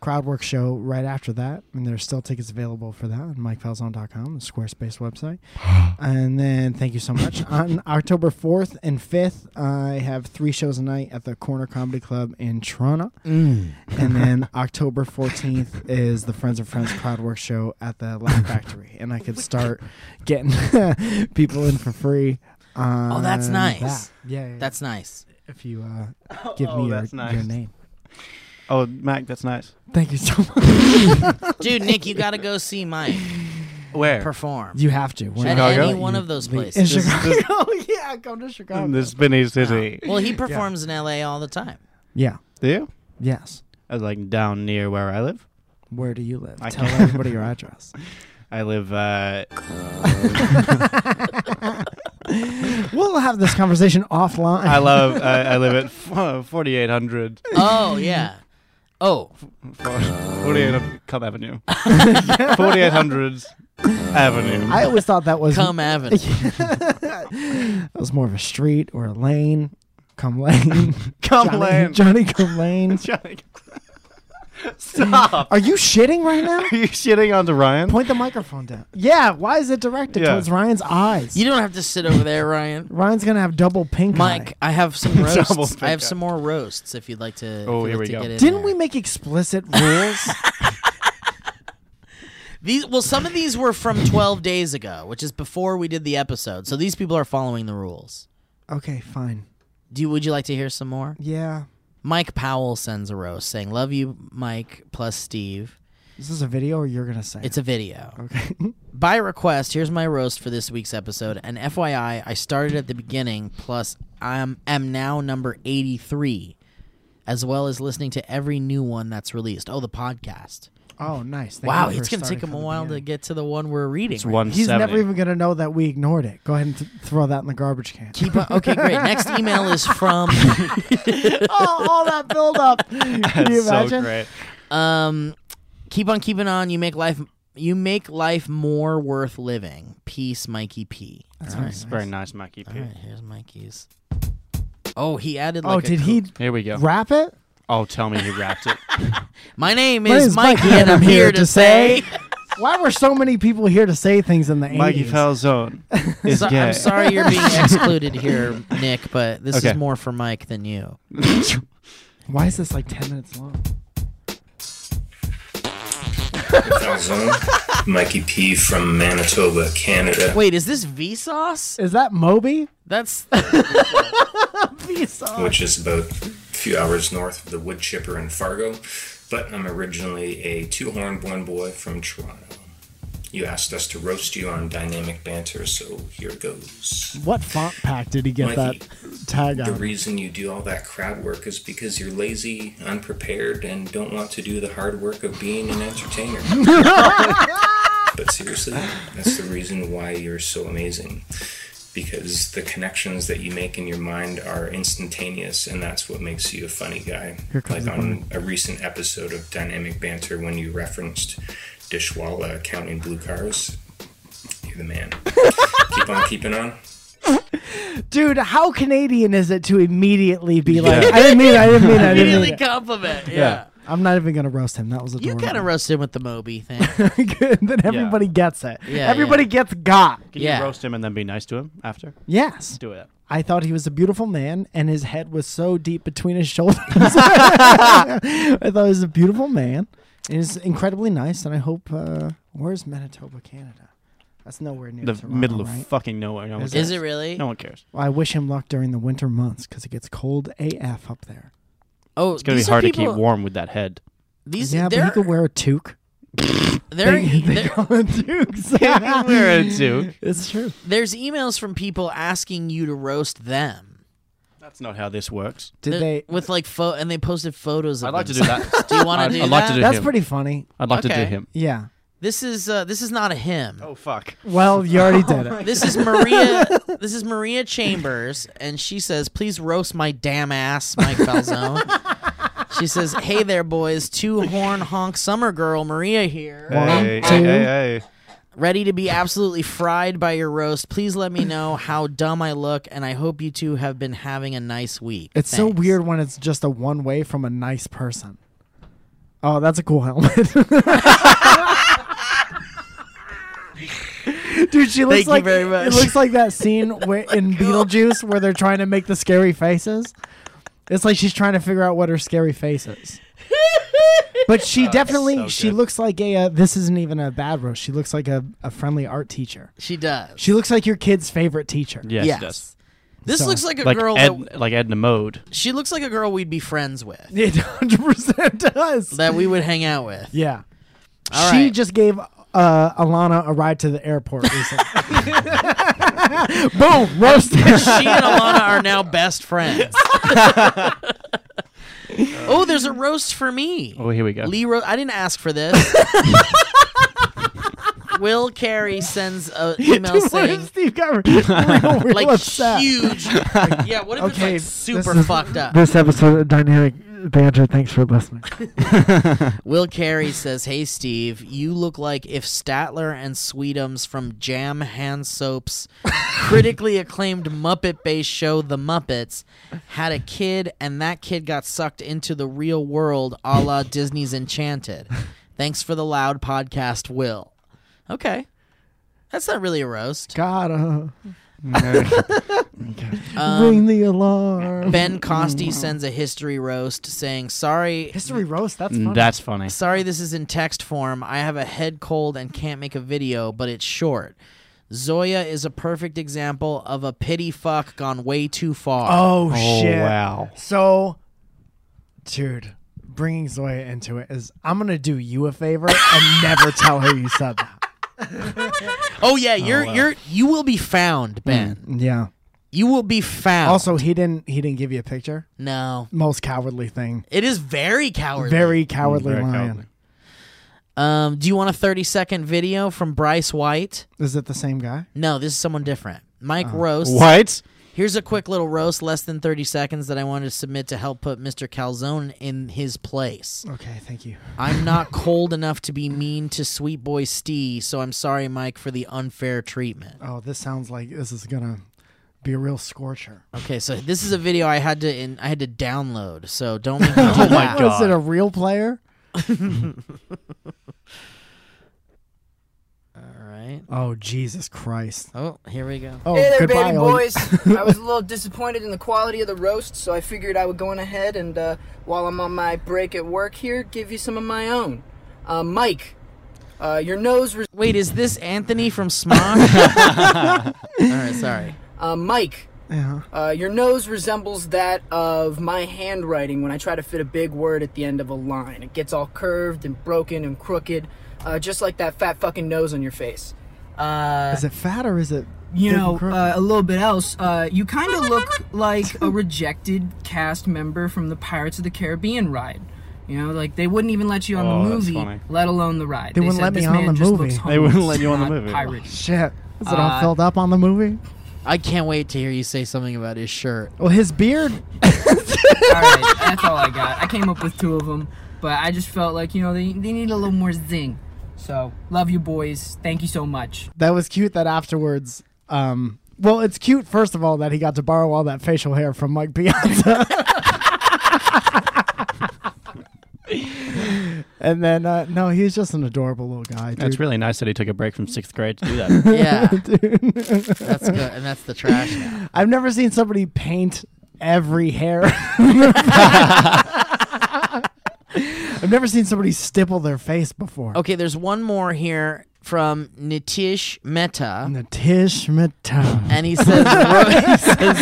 S4: crowd work show right after that, and there's still tickets available for that on MikeFalzone.com, the Squarespace website. And then thank you so (laughs) much. On October 4th and 5th, I have three shows a night at the Corner Comedy Club in Toronto. And (laughs) then October 14th is the Friends of Friends Crowd Work Show at the Laugh Factory. And I (laughs) could start getting (laughs) people in for free.
S3: Oh, that's
S4: on
S3: nice.
S4: that. Yeah, yeah, yeah.
S3: That's nice.
S4: if you
S3: (laughs)
S4: uh, give me your,
S5: that's nice.
S4: your name.
S5: Oh, Mac, that's nice.
S4: Thank you so much.
S3: Dude, Nick, you got to go see Mike
S4: (laughs)
S5: Where?
S3: perform
S4: You have to. We're
S3: at
S4: not-
S3: any
S5: Chicago?
S3: one of those
S4: in (laughs)
S3: places.
S4: Chicago. Oh yeah, come to Chicago.
S5: the spinny city.
S3: Well, he performs in LA all the time.
S4: yeah.
S5: Do you?
S4: Yes.
S5: I was like down near where I live.
S4: Where do you live?
S5: I
S4: Tell
S5: can't-
S3: (laughs)
S4: everybody your address.
S5: I live. Uh,
S4: (laughs) We'll have this conversation offline.
S5: I love. Uh, I live at forty eight hundred.
S3: Oh, yeah.
S4: (laughs)
S3: Oh,
S5: Forty eight hundred Cum
S4: (laughs)
S5: Avenue. Forty eight hundred Avenue.
S4: I always thought that was
S3: come Avenue.
S4: that was more of a street or a lane.
S3: (laughs)
S4: Come lane.
S5: Cum
S4: Johnny,
S5: Lane.
S4: (laughs) Johnny come lane. (laughs)
S5: Johnny. Stop.
S4: Are you shitting
S3: (laughs)
S4: right now?
S5: Are you shitting onto Ryan?
S4: Point the microphone down. Yeah, why is it directed
S5: Yeah.
S4: towards Ryan's eyes?
S3: You don't have to sit over there, Ryan.
S4: Ryan's gonna have double pink
S3: Mike,
S5: (laughs)
S3: I
S4: eye.
S3: have some
S5: Double
S3: roasts.
S5: pick
S3: I have
S5: up.
S3: some more roasts if you'd like to.
S5: Oh, here
S3: if you'd like
S5: we
S3: to
S5: go.
S3: get in
S4: Didn't
S3: there.
S4: we make explicit
S3: (laughs)
S4: rules?
S3: These well, some of these were from 12 days ago, which is before we did the episode. So these people are following the rules.
S4: okay, fine.
S3: Do you, would you like to hear some more?
S4: Yeah.
S3: Mike Powell sends a roast saying, "Love you, Mike plus Steve."
S4: Is this a video or you're gonna say?
S3: It's a video.
S4: okay. (laughs)
S3: By request, here's my roast for this week's episode. And FYI, I started at the beginning. Plus, I'm am now number 83, as well as listening to every new one that's released. Oh, the podcast.
S4: Oh, nice. Thank
S3: Wow,
S4: you for
S3: it's gonna
S4: starting
S3: take him a
S4: from the
S3: while to
S4: beginning.
S3: get to the one we're reading.
S5: It's
S3: right
S5: one
S4: He's
S5: seventy.
S4: never even gonna know that we ignored it. Go ahead and th- throw that in the garbage can.
S3: Keep up. Okay, great. Next email
S5: (laughs)
S3: is from
S4: oh, (laughs) all that buildup. (laughs) Can you
S5: That's so
S4: imagine?
S5: great.
S3: um, keep on keeping on. You make life you make life more worth living. Peace, Mikey P. All right.
S5: It's very nice, Mikey P.
S3: All right, here's Mikey's. Oh, he added.
S4: oh,
S3: Like a
S4: did
S3: co-
S4: he
S5: Here we go.
S4: wrap it?
S5: oh, tell me he wrapped
S4: (laughs)
S5: it.
S3: My name
S4: My
S3: is
S4: name's
S3: Mikey,
S4: Mikey,
S3: and I'm here to say.
S4: (laughs) Why were so many people here to say things in the 80s? (laughs)
S5: Falzone is
S3: So-
S5: (laughs)
S3: I'm sorry you're being excluded here, Nick, but this
S5: Okay.
S3: is more for Mike than you.
S4: Why is this like 10 minutes long?
S7: Falzone. Mikey P from Manitoba, Canada.
S3: Wait, is this Vsauce?
S4: Is that Moby?
S3: That's (laughs)
S7: which is about a few hours north of the wood chipper in Fargo. But I'm originally a two horned one boy from Toronto. You asked us to roast you on dynamic banter, so here goes.
S4: (laughs) What font pack did he get
S7: Mikey.
S4: that tag
S7: The
S4: on?
S7: reason you do all that crowd work is because you're lazy, unprepared, and don't want to do the hard work of being an entertainer. but seriously, that's the reason why you're so amazing. Because the connections that you make in your mind are instantaneous, and that's what makes you a funny guy.
S4: Here comes
S7: Like
S4: the
S7: on a recent episode of Dynamic Banter, when you referenced Dishwalla counting blue cars, you're the man. Keep on keeping on.
S4: Dude, how Canadian is it to immediately be like, I didn't mean it, I didn't mean it, I didn't mean
S3: immediately
S4: it.
S3: compliment. Yeah.
S4: I'm not even going to roast him. That was
S3: You
S4: adorable. (laughs)
S3: kind of roasted with the
S5: (laughs)
S3: Moby thing.
S4: Good, then everybody gets it.
S3: Yeah,
S4: everybody
S3: yeah.
S4: gets got.
S5: Can
S3: Yeah.
S5: you roast him and then be nice to him after?
S4: Yes.
S5: Do it.
S4: I thought he was a beautiful man, and his head was so deep between his (laughs) shoulders. I thought he was a beautiful man. and He's incredibly nice, and I hope. Uh, where's Manitoba, Canada? That's nowhere near
S5: The
S4: Toronto,
S5: middle of
S4: right?
S5: fucking nowhere. No one
S4: Is
S5: cares.
S3: Is it really?
S5: No one cares.
S4: Well, I wish him luck during the winter months because it gets cold AF up there.
S3: Oh,
S5: It's gonna
S3: these
S5: be
S3: are
S5: hard
S3: people,
S5: to keep warm with that (laughs) head.
S3: These
S4: Yeah, but
S3: they're,
S4: he could wear a toque.
S5: (laughs)
S3: they're,
S4: They- they
S3: they're-
S4: call it toques.
S5: Wear a toque.
S4: It's true.
S3: there's emails from people asking you to roast them.
S5: That's not how this works.
S4: Did
S3: They're-
S4: they?
S3: with like photo and they posted photos of
S5: I'd like to do
S3: themselves.
S5: that.
S3: Do you want
S5: I'd-
S3: to do
S5: I'd like to
S3: that?
S5: do-
S4: That's
S5: him.
S4: pretty funny.
S5: (laughs) I'd like to
S3: Okay.
S5: do him.
S4: Yeah.
S3: This is uh, this is not a hymn.
S5: Oh fuck.
S4: Well, you already
S5: (laughs)
S4: did it.
S3: This is Maria. this is Maria Chambers, and she says, "Please roast my damn ass,
S5: (laughs)
S3: Mike Falzone." she says, "Hey there, boys. Two horn honk summer girl Maria here,
S4: One, two.
S3: ready to be absolutely fried by your roast. Please let me know how dumb I look, and I hope you two have been having a nice week."
S4: It's so
S3: Thanks.
S4: weird when it's just a one way from a nice person. Oh, that's a cool helmet. (laughs) Dude, she looks
S3: Thank you
S4: like
S3: very much. Oh
S4: it looks like
S3: (laughs)
S4: that scene where, in Beetlejuice where they're trying to make the scary faces. It's like she's trying to figure out what her scary
S3: (laughs)
S4: face is. But
S3: Oh,
S4: she definitely
S5: so
S4: she
S5: good.
S4: looks like a uh, this isn't even a bad roast. She looks like a, a friendly art teacher.
S3: She does.
S4: She looks like your kid's favorite teacher.
S5: Yes,
S3: yes.
S5: it does.
S3: This
S4: So,
S3: looks like a
S5: Like
S3: girl.
S5: Ed,
S3: that,
S5: like Edna Mode.
S3: she looks like a girl we'd be friends with,
S4: (laughs) It 100% does.
S3: that we would hang out with.
S4: Yeah.
S3: All
S4: she
S3: right.
S4: just gave uh, Alana a ride to the airport recently. (laughs) Boom, roasted.
S3: (laughs) she and Alana are now best
S4: (laughs)
S3: friends. oh, there's a roast for me.
S5: Oh, here we go.
S3: Lee Ro- I didn't ask
S5: (laughs)
S3: for this. Will Carey sends
S4: (laughs)
S3: an email saying
S4: Steve got real,
S3: (laughs)
S4: real
S3: like
S4: upset. (laughs)
S3: huge. yeah, what if
S4: Okay,
S3: it's
S4: this
S3: like super
S4: is-
S3: fucked up?
S4: This episode of Dynamic Banter. Thanks for listening.
S3: Will Carey says, "Hey Steve, you look like if Statler and Sweetums from Jam Hand
S4: (laughs)
S3: Soap's critically acclaimed Muppet-based show The Muppets had a kid, and that kid got sucked into the real world, a
S4: (laughs)
S3: la Disney's Enchanted." Thanks for the loud podcast, Will. Okay, that's not really a roast.
S4: Gotta ring the alarm.
S3: Um, Ben
S4: (laughs)
S3: Costi sends a history roast saying, "Sorry,
S4: History roast. That's funny.
S5: Mm, That's funny.
S3: Sorry, this is in text form. I have a head cold and can't make a video, but it's short. Zoya is a perfect example of a pity fuck gone way too far.
S4: oh, shit.
S5: wow.
S4: So, dude, bringing Zoya into it is I'm gonna do you a favor and never tell her you said that.
S3: Oh, yeah, you're you're you will be found, Ben.
S4: Yeah.
S3: You will be found.
S4: Hmm. Also, he didn't he didn't give you a picture.
S3: no,
S4: Most cowardly thing.
S3: it is very cowardly.
S4: Very cowardly
S5: Mm, Very
S4: lion.
S5: cowardly.
S3: Um, do you want a thirty second video from Bryce White?
S4: Is it the same guy?
S3: No, this is someone different. Mike
S4: Oh.
S3: Roast.
S5: What?
S3: Here's a quick little roast, less than 30 seconds, that I wanted to submit to help put Mr. Calzone in his place.
S4: Okay, thank you.
S3: I'm not cold enough to be mean to sweet boy Stee, so I'm sorry, Mike, for the unfair treatment.
S4: Oh, this sounds like this is gonna be a real scorcher.
S5: Oh,
S3: Okay, so this is a video I had to in, I had to download, so don't make me do oh that.
S4: Was it a real player?
S3: All right.
S4: Oh Jesus Christ!
S3: Oh, here we go.
S4: Oh,
S8: Hey there,
S4: goodbye,
S8: baby
S4: all-
S8: boys. I was a little disappointed in the quality of the roast, so I figured I would go on ahead and, uh, while I'm on my break at work here, give you some of my own. Uh, Mike, uh, your nose. Re-
S3: Wait, is this Anthony from Smosh? All right, sorry.
S8: uh, Mike,
S4: (laughs) Yeah.
S8: uh, your nose resembles that of my handwriting when I try to fit a big word at the end of a line. It gets all curved and broken and crooked, uh, just like that fat fucking nose on your face. Uh,
S4: Is it fat or is it?
S8: you
S4: big
S8: know,
S4: and crooked?
S8: uh, a little bit else. Uh, you kind of look like a rejected cast member from the Pirates of the Caribbean ride. You know, like they wouldn't even let you on
S5: Oh,
S8: the
S5: that's
S8: movie,
S5: funny.
S8: let alone the ride.
S4: They wouldn't
S8: said,
S4: let me
S8: "This
S4: on
S8: man
S4: the
S8: just
S4: movie."
S8: looks
S5: They wouldn't
S8: homeless,
S5: let you on the
S8: not
S5: movie.
S8: pirate."
S4: shit. Is it all
S8: uh,
S4: filled up on the movie?
S3: I can't wait to hear you say something about his shirt.
S4: Well, his beard.
S8: all right, that's all I got. I came up with two of them, but I just felt like you know they they need a little more zing. So love you boys. Thank you so much.
S4: That was cute. That afterwards. Um. Well, it's cute first of all that he got to borrow all that facial hair from Mike Piazza. (laughs) and then uh, no, he's just an adorable little guy. Dude.
S5: That's really nice that he took a break from sixth grade to do
S3: (laughs)
S5: that.
S3: Yeah, that's good, and that's the trash now.
S4: I've never seen somebody paint every hair. (laughs) I've never seen somebody stipple their face before.
S3: Okay, there's one more here from Nitish Mehta,
S4: Natish Mehta.
S3: and he says, ro-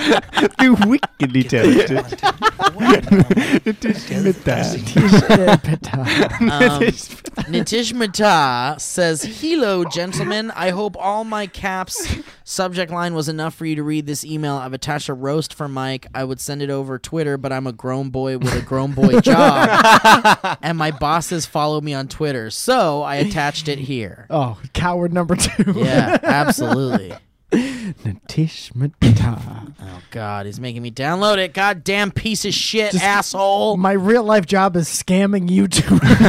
S3: he says
S5: you (laughs) wickedly talented.
S3: (laughs)
S4: Natish Mehta.
S5: This
S3: Um, Nitish Mata says, Hello, gentlemen. I hope all my caps subject line was enough for you to read this email. I've attached a roast for Mike. I would send it over Twitter, but I'm a grown boy with a grown boy job. and my bosses follow me on Twitter. So I attached it here.
S4: Oh, coward number two.
S3: Yeah, absolutely.
S4: (laughs) Nitish Mata.
S3: Oh, God. He's making me download it. Goddamn piece of shit, asshole.
S4: My real life job is scamming YouTubers.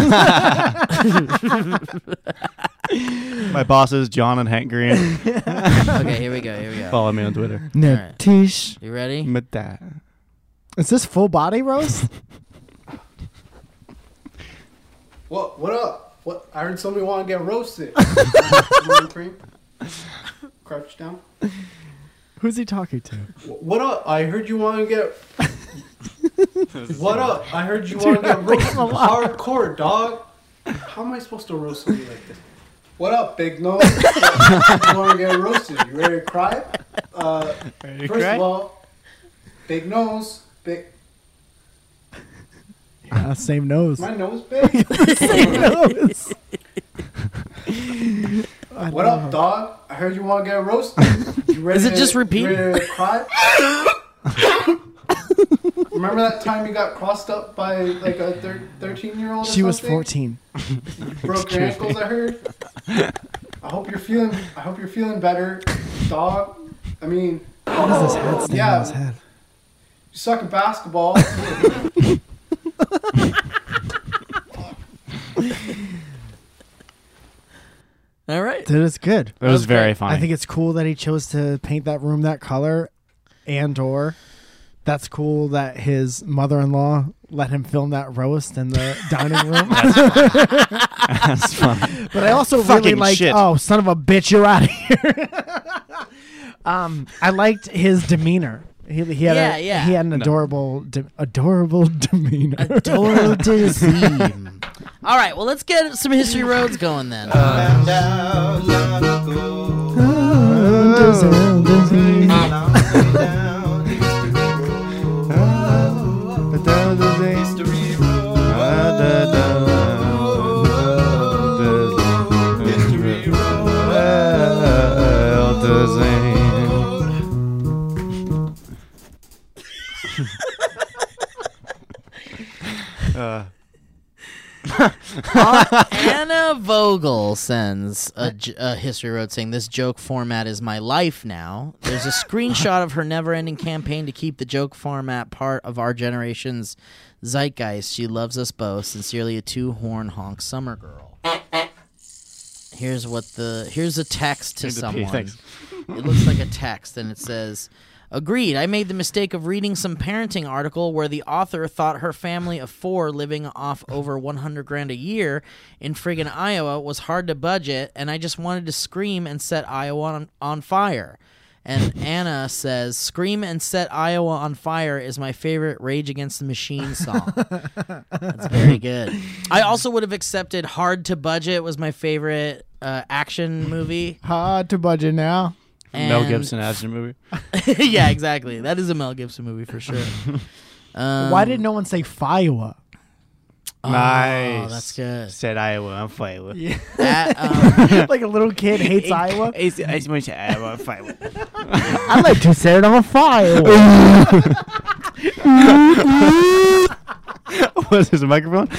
S5: My bosses, John and Hank Green,
S3: okay, here we go. Here we go.
S5: follow me on Twitter.
S4: Nitish.
S3: You ready?
S5: Mata.
S4: Is this full body
S9: (laughs)
S4: roast?
S9: What? What up? What? I heard somebody want to get roasted. Morning cream. Crouch down.
S4: Who's he talking to?
S9: Wh- What up? I heard you want to get. what up? I heard you want to get roasted hardcore, dog. How am I supposed to roast somebody like this? What up, big nose? you want to get roasted? You ready to cry? Uh, first
S5: cry?
S9: of all, big nose, big.
S4: Yeah, Uh, same nose.
S9: My
S3: (laughs)
S9: nose big. (laughs)
S4: nose.
S9: What up, dog? I heard you want to get
S3: (laughs)
S9: roasted. You ready
S3: Is it
S9: to-
S3: just repeat?
S9: You ready
S3: (laughs)
S9: to cry? Remember that time you got crossed up by like a thirteen-year-old?
S4: She was 14.
S9: Broke your ankles. I heard. I hope you're feeling. I hope you're fealing better, dog. I mean,
S4: What is this head stain on
S9: Yeah.
S4: his head?
S9: you suck
S3: (laughs)
S9: at basketball.
S3: All right.
S4: Dude, it's good.
S5: That was very funny.
S4: I think it's cool that he chose to paint that room that color and or that's cool that his mother-in-law let him film that roast in the dining room.
S5: (laughs)
S9: (laughs)
S4: (laughs)
S5: that's funny.
S4: But I also really
S5: Fucking
S4: like.
S5: shit.
S4: Oh, son of a bitch, you're out of here. (laughs) um, I liked his demeanor. He, he had
S3: Yeah,
S4: a,
S3: yeah.
S4: he had an adorable de- adorable (laughs) demeanor. (laughs)
S3: Doro Dizim. All right, well, let's get some History Roads going then. Anna Vogel sends a, j- a History Road saying, This joke format is my life now. There's a screenshot of her never ending campaign to keep the joke format part of our generation's zeitgeist. She loves us both. Sincerely, a two horn honk summer girl. Here's what the here's a text to
S5: Here's a P,
S3: someone.
S5: thanks.
S3: It looks like a text and it says, Agreed, I made the mistake of reading some parenting article where the author thought her family of four living off over 100 grand a year in friggin' Iowa was hard to budget, and I just wanted to scream and set Iowa on, on fire. And Anna says, Scream and Set Iowa on Fire is my favorite Rage Against the Machine song. That's very good. I also would have accepted Hard to Budget was my favorite uh, action movie.
S4: Hard to budget now.
S5: Mel
S3: And-
S5: Gibson action movie.
S3: (laughs) yeah, exactly. That is a Mel Gibson movie for sure. Um, oh,
S4: Why did no one say Fiowa? (laughs)
S5: nice.
S3: that's good.
S5: Said Iowa. I'm Iowa. Yeah.
S3: that,
S4: (laughs)
S3: um,
S4: like a little kid hates (laughs) Iowa.
S5: I just want to say Iowa. I'm Iowa.
S4: I like to set it on fire.
S5: (laughs) What is this, a microphone?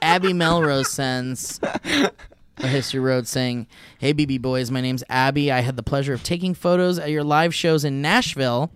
S3: Abby Melrose sends a history road saying, "Hey BB boys, my name's Abby. I had the pleasure of taking photos at your live shows in Nashville.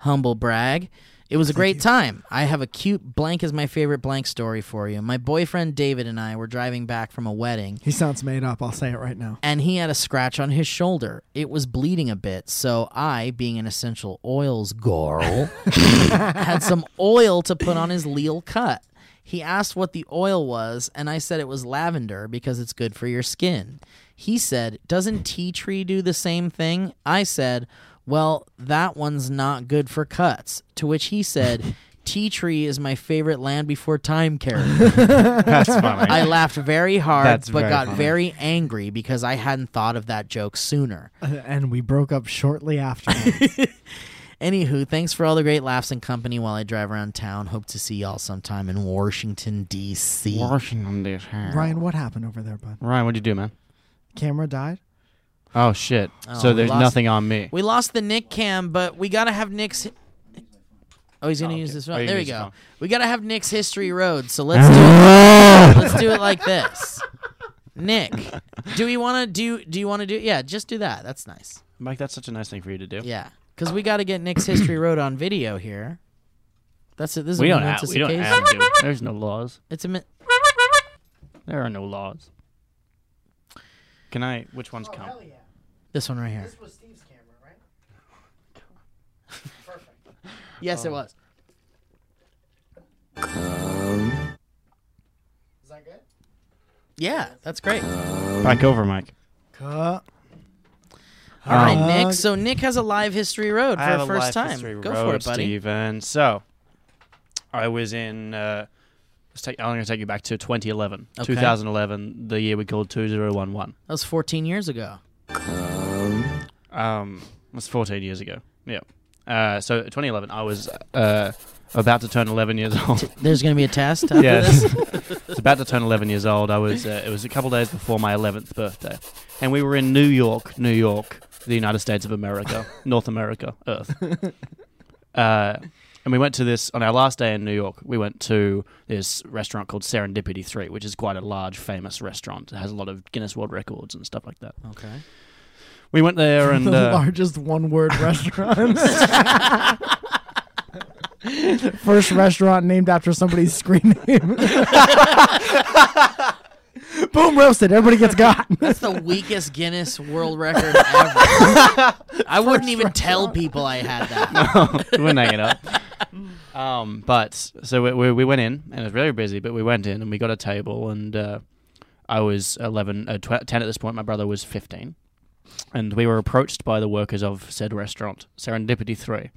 S3: Humble brag." It was a great time. I have a cute blank is my favorite blank story for you. My boyfriend David and I were driving back from a wedding
S4: (laughs) he sounds made up. I'll say it right now.
S3: and he had a scratch on his shoulder. It was bleeding a bit, so I, being an essential oils girl, had some oil to put on his leal cut. He asked what the oil was, and I said it was lavender because it's good for your skin. He said, Doesn't tea tree do the same thing? I said, Well, that one's not good for cuts. To which he said, Tea tree is my favorite land before time character.
S5: That's funny.
S3: I laughed very hard,
S5: That's
S3: but
S5: very
S3: got
S5: funny.
S3: very angry because I hadn't thought of that joke sooner.
S4: (laughs) And we broke up shortly after.
S3: Anywho, thanks for all the great laughs and company while I drive around town. Hope to see y'all sometime in Washington, D.C.
S5: Washington, D.C.
S4: Ryan, what happened over there, bud?
S5: Ryan, what'd you do, man?
S4: Camera died?
S5: Oh shit!
S3: Oh,
S5: so
S3: we
S5: there's
S3: lost-
S5: nothing on me.
S3: We lost the Nick cam, but we gotta have Nick's. Oh, he's gonna use this
S5: Oh,
S3: phone.
S5: you can
S3: there we
S5: use the
S3: go.
S5: phone.
S3: We gotta have Nick's history road. So let's do it. let's do it
S5: (laughs)
S3: like this. Nick, do we want to do? Do you want to do? Yeah, just do that. That's nice.
S5: Mike, that's such a nice thing for you to do.
S3: Yeah, because we gotta get Nick's history road on video here. That's it. This is
S5: We
S3: a
S5: don't.
S3: momentous
S5: Have, we don't
S3: occasion.
S5: have to.
S3: (laughs)
S5: There's no laws.
S3: It's a. mi-
S5: There are no laws. Can I? Which
S3: Oh,
S5: ones count?
S3: This one right here. This was Steve's (laughs) camera, right? yes, it was.
S4: Is that good?
S3: Yeah, that's great.
S5: Um, Back over, Mike. Um,
S4: Cut.
S3: All right,
S4: Uh,
S3: Nick. So Nick has a live history road for
S5: I have
S3: the
S5: a
S3: first
S5: life
S3: time.
S5: history
S3: Go
S5: road,
S3: for it, buddy.
S5: Steven. So, I was in. Uh, let's take, I'm going to take you back to 2011.
S3: Okay.
S5: 2011, the year we called 2011.
S3: That was 14 years ago.
S5: Um, it was 14 years ago. Yeah. Uh, so 2011, I was uh, about to turn 11 years (laughs) old.
S3: There's gonna be a test.
S5: (laughs)
S3: After
S5: yes,
S3: This.
S5: it's about to turn 11 years old. I was. Uh, it was a couple days before my 11th birthday, and we were in New York, New York, the United States of America, North America, Earth. Uh, and we went to this on our last day in New York. We went to this restaurant called Serendipity Three, which is quite a large, famous restaurant. It has a lot of Guinness World Records and stuff like that.
S3: Okay.
S5: We went there and
S4: (laughs) the
S5: uh,
S4: largest one word (laughs) restaurant. First restaurant named after somebody's screen (laughs) name. Boom, roasted. Everybody gets got.
S3: That's the weakest Guinness World Record
S5: (laughs)
S3: ever. I wouldn't even tell people I had that.
S5: (laughs) we wouldn't hang it up. Um, but so we, we, we went in, and it was very busy. But we went in, and we got a table, and uh, I was eleven, uh, tw- ten at this point. My brother was fifteen, and we were approached by the workers of said restaurant, Serendipity Three.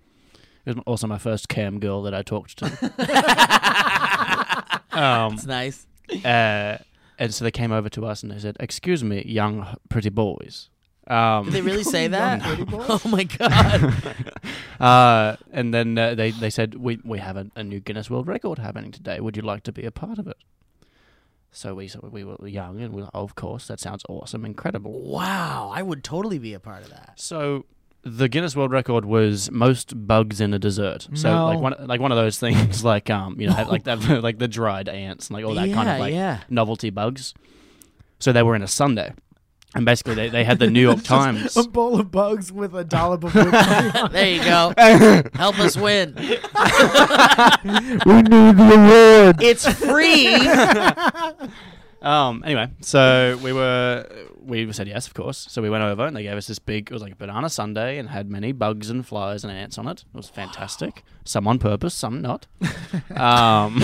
S5: It was also my first cam girl that I talked
S3: (laughs)
S5: to. (laughs) um,
S3: It's nice.
S5: uh, and so they came over to us and they said, "Excuse me, young pretty boys." Um,
S3: Did they really say that? Oh my god.
S5: Uh, and then uh, they, they said, we, we have a, a new Guinness World Record happening today. Would you like to be a part of it? So we so we were young and we were, of course, that sounds awesome, incredible.
S3: Wow. I would totally be a part of that.
S5: So the Guinness World Record was most bugs in a dessert. So
S4: No.
S5: like one like one of those things (laughs) like um you know like that (laughs) like the dried ants and like all that kind
S3: Yeah,
S5: of like
S3: yeah.
S5: novelty bugs. So they were in a Sunday. And basically they, they had the New
S3: (laughs)
S5: York Times.
S4: A bowl of bugs with a dollop (laughs) of whipped
S3: There
S5: (laughs)
S3: you go. Help us win.
S4: cream. We need the award.
S3: It's free. (laughs)
S5: Um. Anyway, so we were we said yes, of course. So we went over and they gave us this big. It was like a banana sundae and had many bugs and flies and ants on it. It was fantastic. Some on purpose, some
S4: (laughs)
S5: not. um.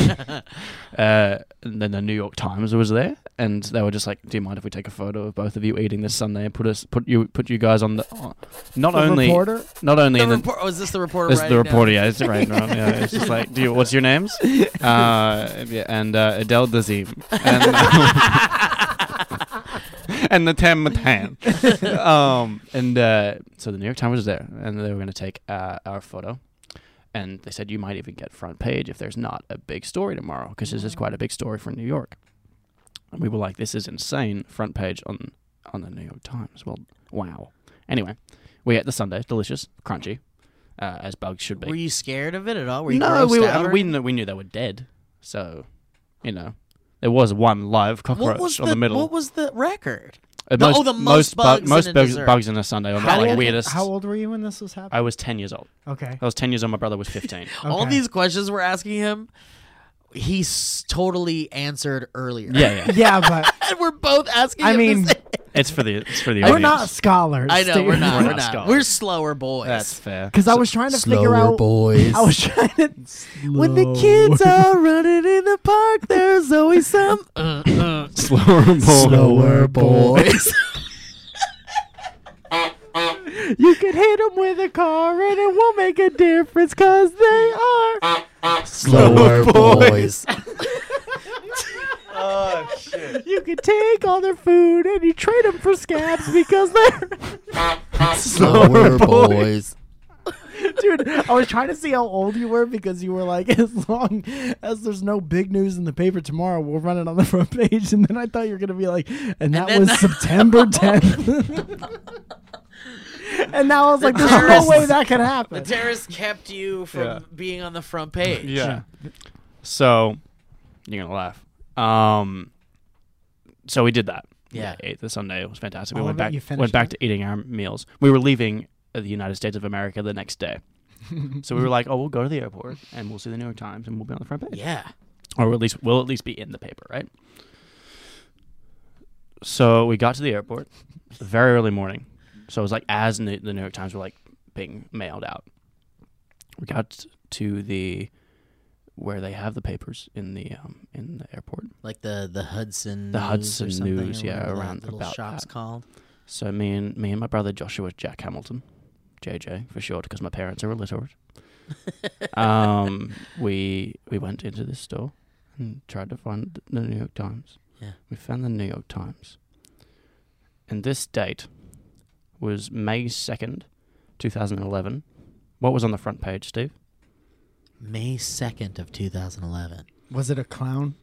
S5: Uh. And then the New York Times was there, and they were just like, "Do you mind if we take a photo of both of you eating this sundae and put us put you put you guys on the oh, not
S4: The
S5: only
S4: reporter?
S5: not only
S3: the
S5: in the
S3: report. Oh, is this the reporter?
S5: this is the
S3: writing down?
S5: reporter, yeah, it's right now. Yeah, it's just like, do you, what's your names?
S4: (laughs)
S5: Uh, yeah, and uh, Adele Dazeem. And,
S4: (laughs)
S5: (laughs) and the Tam (laughs) Matan. um, and uh, so the New York Times was there, and they were going to take uh, our photo. And they said you might even get front page if there's not a big story tomorrow, because this is quite a big story for New York. And we were like, this is insane. Front page on on the New York Times. Well, wow. Anyway, we ate the Sunday, delicious, crunchy, uh, as bugs should be.
S3: Were you scared of it at all? Were you
S5: no, we
S3: grossed
S5: were,
S3: out
S5: I mean,
S3: or
S5: we
S3: anything?
S5: knew we knew they were dead. So, you know, there was one live cockroach
S3: What was
S5: on the, middle.
S3: What was the record?
S5: Uh,
S3: the- oh, the most
S5: bu-
S3: bugs in
S5: most
S3: a
S5: bugs,
S3: dessert.
S5: bugs in a Sunday on the like, weirdest.
S4: How old were you when this was happening?
S5: I was ten years old.
S4: Okay.
S5: I was ten years old. My brother was fifteen.
S3: All
S4: Okay.
S3: these questions we're asking him, he s- totally answered earlier.
S5: yeah, yeah.
S4: Yeah, but
S3: (laughs) and we're both asking.
S4: I
S3: him the
S4: mean,
S3: same-
S5: It's for the it's for the
S4: we're
S5: audience.
S4: not scholars.
S3: I know we're not.
S4: (laughs)
S5: We're
S3: We're
S5: not
S3: not.
S5: scholars.
S3: We're slower boys.
S5: That's fair.
S4: Because I was trying to figure out.
S3: boys.
S4: (laughs) I was trying to. (laughs) When the
S5: (laughs)
S4: kids are running in the park, there's always some.
S5: slower boy.
S4: Slower boys. You can hit them with a car and it won't make a difference because they are.
S3: slower boys.
S4: You can take all their food and you trade them for scabs because they're.
S3: slower boys.
S4: (laughs) Dude, I was trying to see how old you were because you were like, (laughs) as long as there's no big news in the paper tomorrow, we'll run it on the front page. And then I thought you were going to be like, and that
S3: then-
S4: was September 10th. and now I was like, there's no
S3: terrorists-
S4: way that could happen.
S3: Terrorist kept you from
S5: Yeah.
S3: being on the front page.
S5: Yeah. So you're gonna laugh. Um. So we did that.
S3: Yeah.
S5: We ate the Sunday. It was fantastic.
S4: All
S5: we
S4: of
S5: went
S4: it?
S5: back.
S4: You finished
S5: Went back
S4: it?
S5: to eating our meals. We were leaving uh, the United States of America the next day. so we were like, oh, we'll go to the airport and we'll see the New York Times and we'll be on the front page,
S3: Yeah.
S5: or at least we'll at least be in the paper, right? So we got to the airport very early morning. So it was like as New- the New York Times were like being mailed out. We got to the where they have the papers in the um, in the airport.
S3: Like the the Hudson
S5: The
S3: News
S5: Hudson
S3: or something,
S5: News,
S3: or
S5: yeah,
S3: whatever that
S5: around-
S3: little
S5: about
S3: shop's
S5: that.
S3: called.
S5: So me and me and my brother Joshua Jack Hamilton, JJ for short, because my parents are illiterate.
S3: (laughs)
S5: um, we we went into this store and tried to find the New York Times.
S3: Yeah.
S5: we found the New York Times, and this date was May second, two thousand and eleven. What was on the front page, Steve?
S3: May second of two thousand eleven.
S4: Was it a clown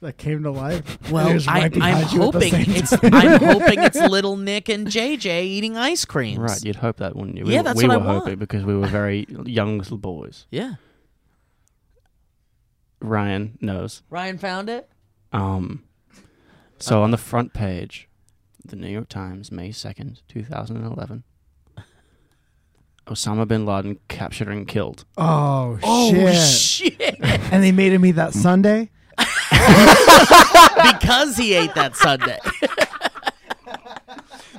S4: that came to life?
S3: Well,
S4: It was
S3: I,
S4: right
S3: I'm
S4: behind you at the
S3: hoping
S4: same
S3: it's
S5: (laughs)
S3: I'm hoping it's little Nick and JJ eating ice creams.
S5: Right, you'd hope that, wouldn't you?
S3: Yeah,
S5: were-
S3: that's
S5: we
S3: what I
S5: were
S3: want.
S5: hoping because we were
S3: (laughs)
S5: very young little boys.
S3: Yeah.
S5: Ryan knows.
S3: Ryan found it.
S5: Um, so on the front page, the New York Times, May 2nd, 2011. Osama bin Laden captured and killed.
S4: Oh,
S3: Oh
S4: shit.
S5: Uh,
S3: shit!
S4: and they made him eat that Sunday?
S3: because he ate that Sunday.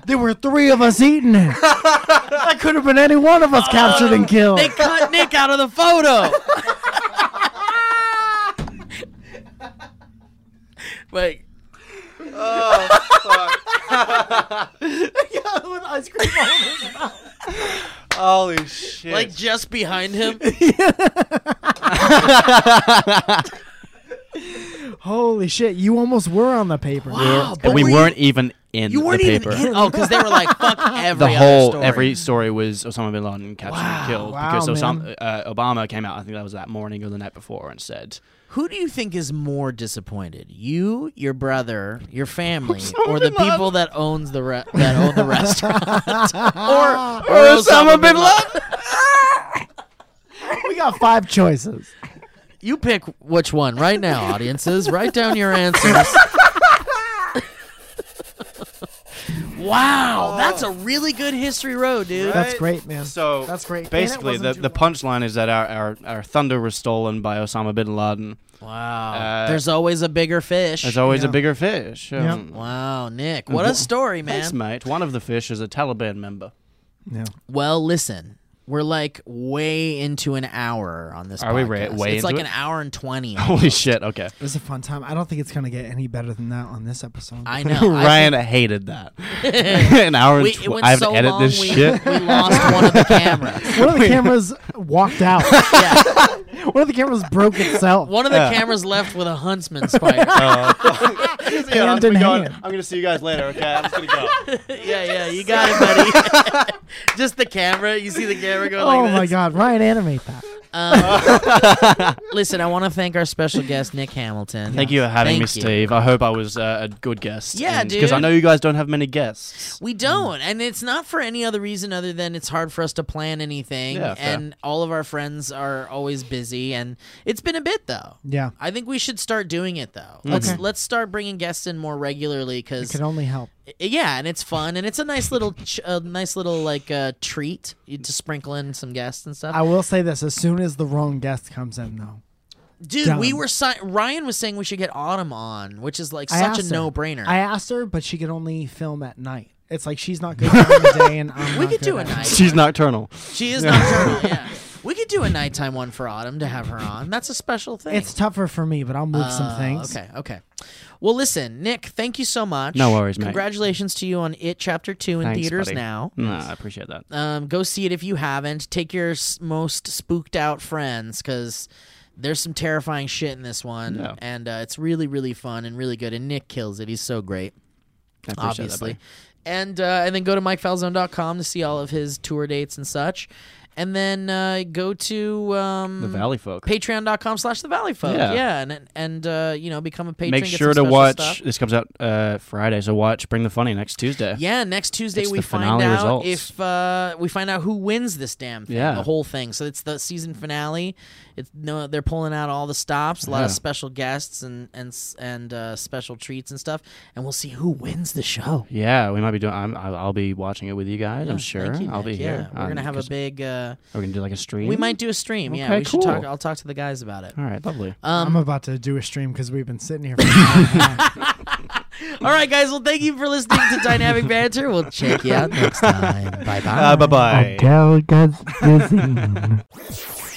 S4: There were three of us
S3: (laughs)
S4: eating it. that could have been any one of us captured and killed.
S3: Uh, They cut Nick out of the photo. Wait.
S4: with ice cream
S5: Holy shit.
S3: Like just behind him.
S4: Holy shit, you almost were on the paper.
S3: Wow,
S5: and Oh, we weren't even in
S3: You weren't
S5: the
S3: even
S5: paper.
S3: in. Oh, because they were like, (laughs) "Fuck every
S5: the
S3: other
S5: whole
S3: story.
S5: every story was Osama bin Laden captured and killed
S4: Wow,
S5: because Osama,
S4: man.
S5: uh, Obama came out. I think that was that morning or the night before and said,
S3: Who do you think is more disappointed? You, your brother, your (laughs) family, or the people that owns the re- that own the (laughs) restaurant, or, or Osama, bin Laden?
S4: We got five choices.
S3: You pick which one right now, audiences. Write down your answers. wow, that's a really good history road, dude.
S4: That's great, man.
S5: So
S4: That's great. And it
S5: Basically,
S4: wasn't
S5: the,
S4: too
S5: the punchline is that our, our, our thunder was stolen by Osama bin Laden.
S3: Wow,
S5: Uh,
S3: there's always a bigger fish.
S5: There's always a
S4: Yeah.
S5: bigger fish.
S4: Yeah.
S5: Um,
S3: wow, Nick, what a story, man.
S5: Thanks, mate. One of the fish is a Taliban member.
S4: Yeah.
S3: Well, listen, we're like way into an hour on this.
S5: Are we ra-
S3: podcast.
S5: way
S3: It's
S5: into
S3: like
S5: it? Oh,
S3: an hour
S5: (laughs)
S3: and twenty.
S5: Holy shit! Okay,
S4: It was a fun time. I don't think it's going to get any better than that on this episode.
S5: (laughs)
S3: I know. I
S5: Ryan hated
S3: (laughs)
S5: that. An hour and
S3: think
S5: tw-
S3: we, it went
S5: I have
S3: so
S5: to edit
S3: long,
S5: this
S3: (laughs) we,
S5: shit.
S3: we lost one
S5: (laughs)
S3: of the cameras.
S4: One
S3: (laughs)
S4: of the cameras walked out.
S3: Yeah,
S4: One of the cameras broke itself.
S3: one of the cameras left with
S5: (laughs)
S3: a huntsman spider.
S4: hand in hand.
S5: I'm gonna see you guys later. Okay, I'm just gonna go.
S3: yeah, yeah, you got it, buddy. (laughs) Just the camera. You see the camera go
S4: Oh
S3: like
S4: my
S3: this.
S4: god, Ryan, animate that.
S3: Listen, I want to thank our special guest Nick
S5: (laughs)
S3: Hamilton.
S5: Thank you for having me,
S3: Thank you.
S5: Steve. I hope I was uh, a good guest.
S3: Yeah,
S5: Because I
S3: dude.
S5: know you guys don't have many guests.
S3: We don't, and it's not for any other reason other than it's hard for us to plan anything,
S5: Yeah, fair.
S3: and all of our friends are always busy, and it's been a bit though.
S4: Yeah.
S3: I think we should start doing it though.
S5: Mm.
S3: Let's let's start bringing guests in more regularly
S4: It
S3: because
S4: can only help.
S3: yeah, and it's fun and it's a nice little ch- a nice little like uh, treat you to sprinkle in some guests and stuff.
S4: I will say this as soon as the wrong guest comes in though.
S3: Dude,
S4: done.
S3: we were si- Ryan was saying we should get Autumn on, which is like
S4: I
S3: such
S4: asked
S3: a
S4: her.
S3: no-brainer.
S4: I asked her, but she could only film at night. It's like she's
S3: (laughs)
S4: not good during the day and I'm
S3: we
S4: not
S3: could
S4: good
S3: do a
S4: (laughs) at
S3: night.
S5: She's nocturnal.
S3: She is nocturnal. Yeah, we could do a nighttime one for Autumn to have her on. That's a special thing.
S4: It's tougher for me, but I'll move some
S3: Uh,
S4: things.
S3: Okay, okay. Well, listen, Nick, thank you so much.
S5: No worries, mate.
S3: Congratulations to you on It Chapter 2 in
S5: Thanks,
S3: theaters
S5: buddy.
S3: now.
S5: Nah, I appreciate that.
S3: Um, go see it if you haven't. Take your s- most spooked out friends because there's some terrifying shit in this one.
S5: Yeah.
S3: And uh, it's really, really fun and really good. And Nick kills it. He's so great,
S5: I appreciate that,
S3: obviously.
S5: buddy.
S3: and, uh, and then go to MikeFalzone.com to see all of his tour dates and such. and then uh, go to um,
S5: The Valley Folk.
S3: Patreon.com slash the Valley Folk.
S5: Yeah.
S3: Yeah, and and uh, you know become a patron.
S5: Make
S3: get
S5: sure to
S3: some special
S5: watch.
S3: stuff.
S5: This comes out uh, Friday, so watch Bring the Funny next Tuesday.
S3: Yeah, next Tuesday
S5: It's
S3: we
S5: the
S3: find
S5: finale
S3: out
S5: results.
S3: if uh, we find out who wins this damn thing,
S5: Yeah.
S3: the whole thing. So it's the season finale. It's no, they're pulling out all the stops, a lot of
S5: Yeah.
S3: special guests and and s- and uh, special treats and stuff, and we'll see who wins the show.
S5: Yeah, we might be doing. I'm, I'll I'll be watching it with you guys. I'm
S3: Yeah,
S5: sure.
S3: Oh, thank you,
S5: I'll be
S3: Nick.
S5: here.
S3: Yeah, we're gonna
S5: Um,
S3: have a
S5: 'cause-
S3: big. Uh,
S5: Are we gonna do like a stream?
S3: we might do a stream. yeah,
S5: Okay,
S3: we should talk.
S5: cool.
S3: I'll talk to the guys about it. Um,
S5: All right, lovely.
S4: I'm about to do a stream because we've been
S3: (laughs)
S4: sitting here. For
S3: All right, guys. Well, thank you for listening to Dynamic Banter. We'll check you out next time. Bye bye.
S5: bye bye.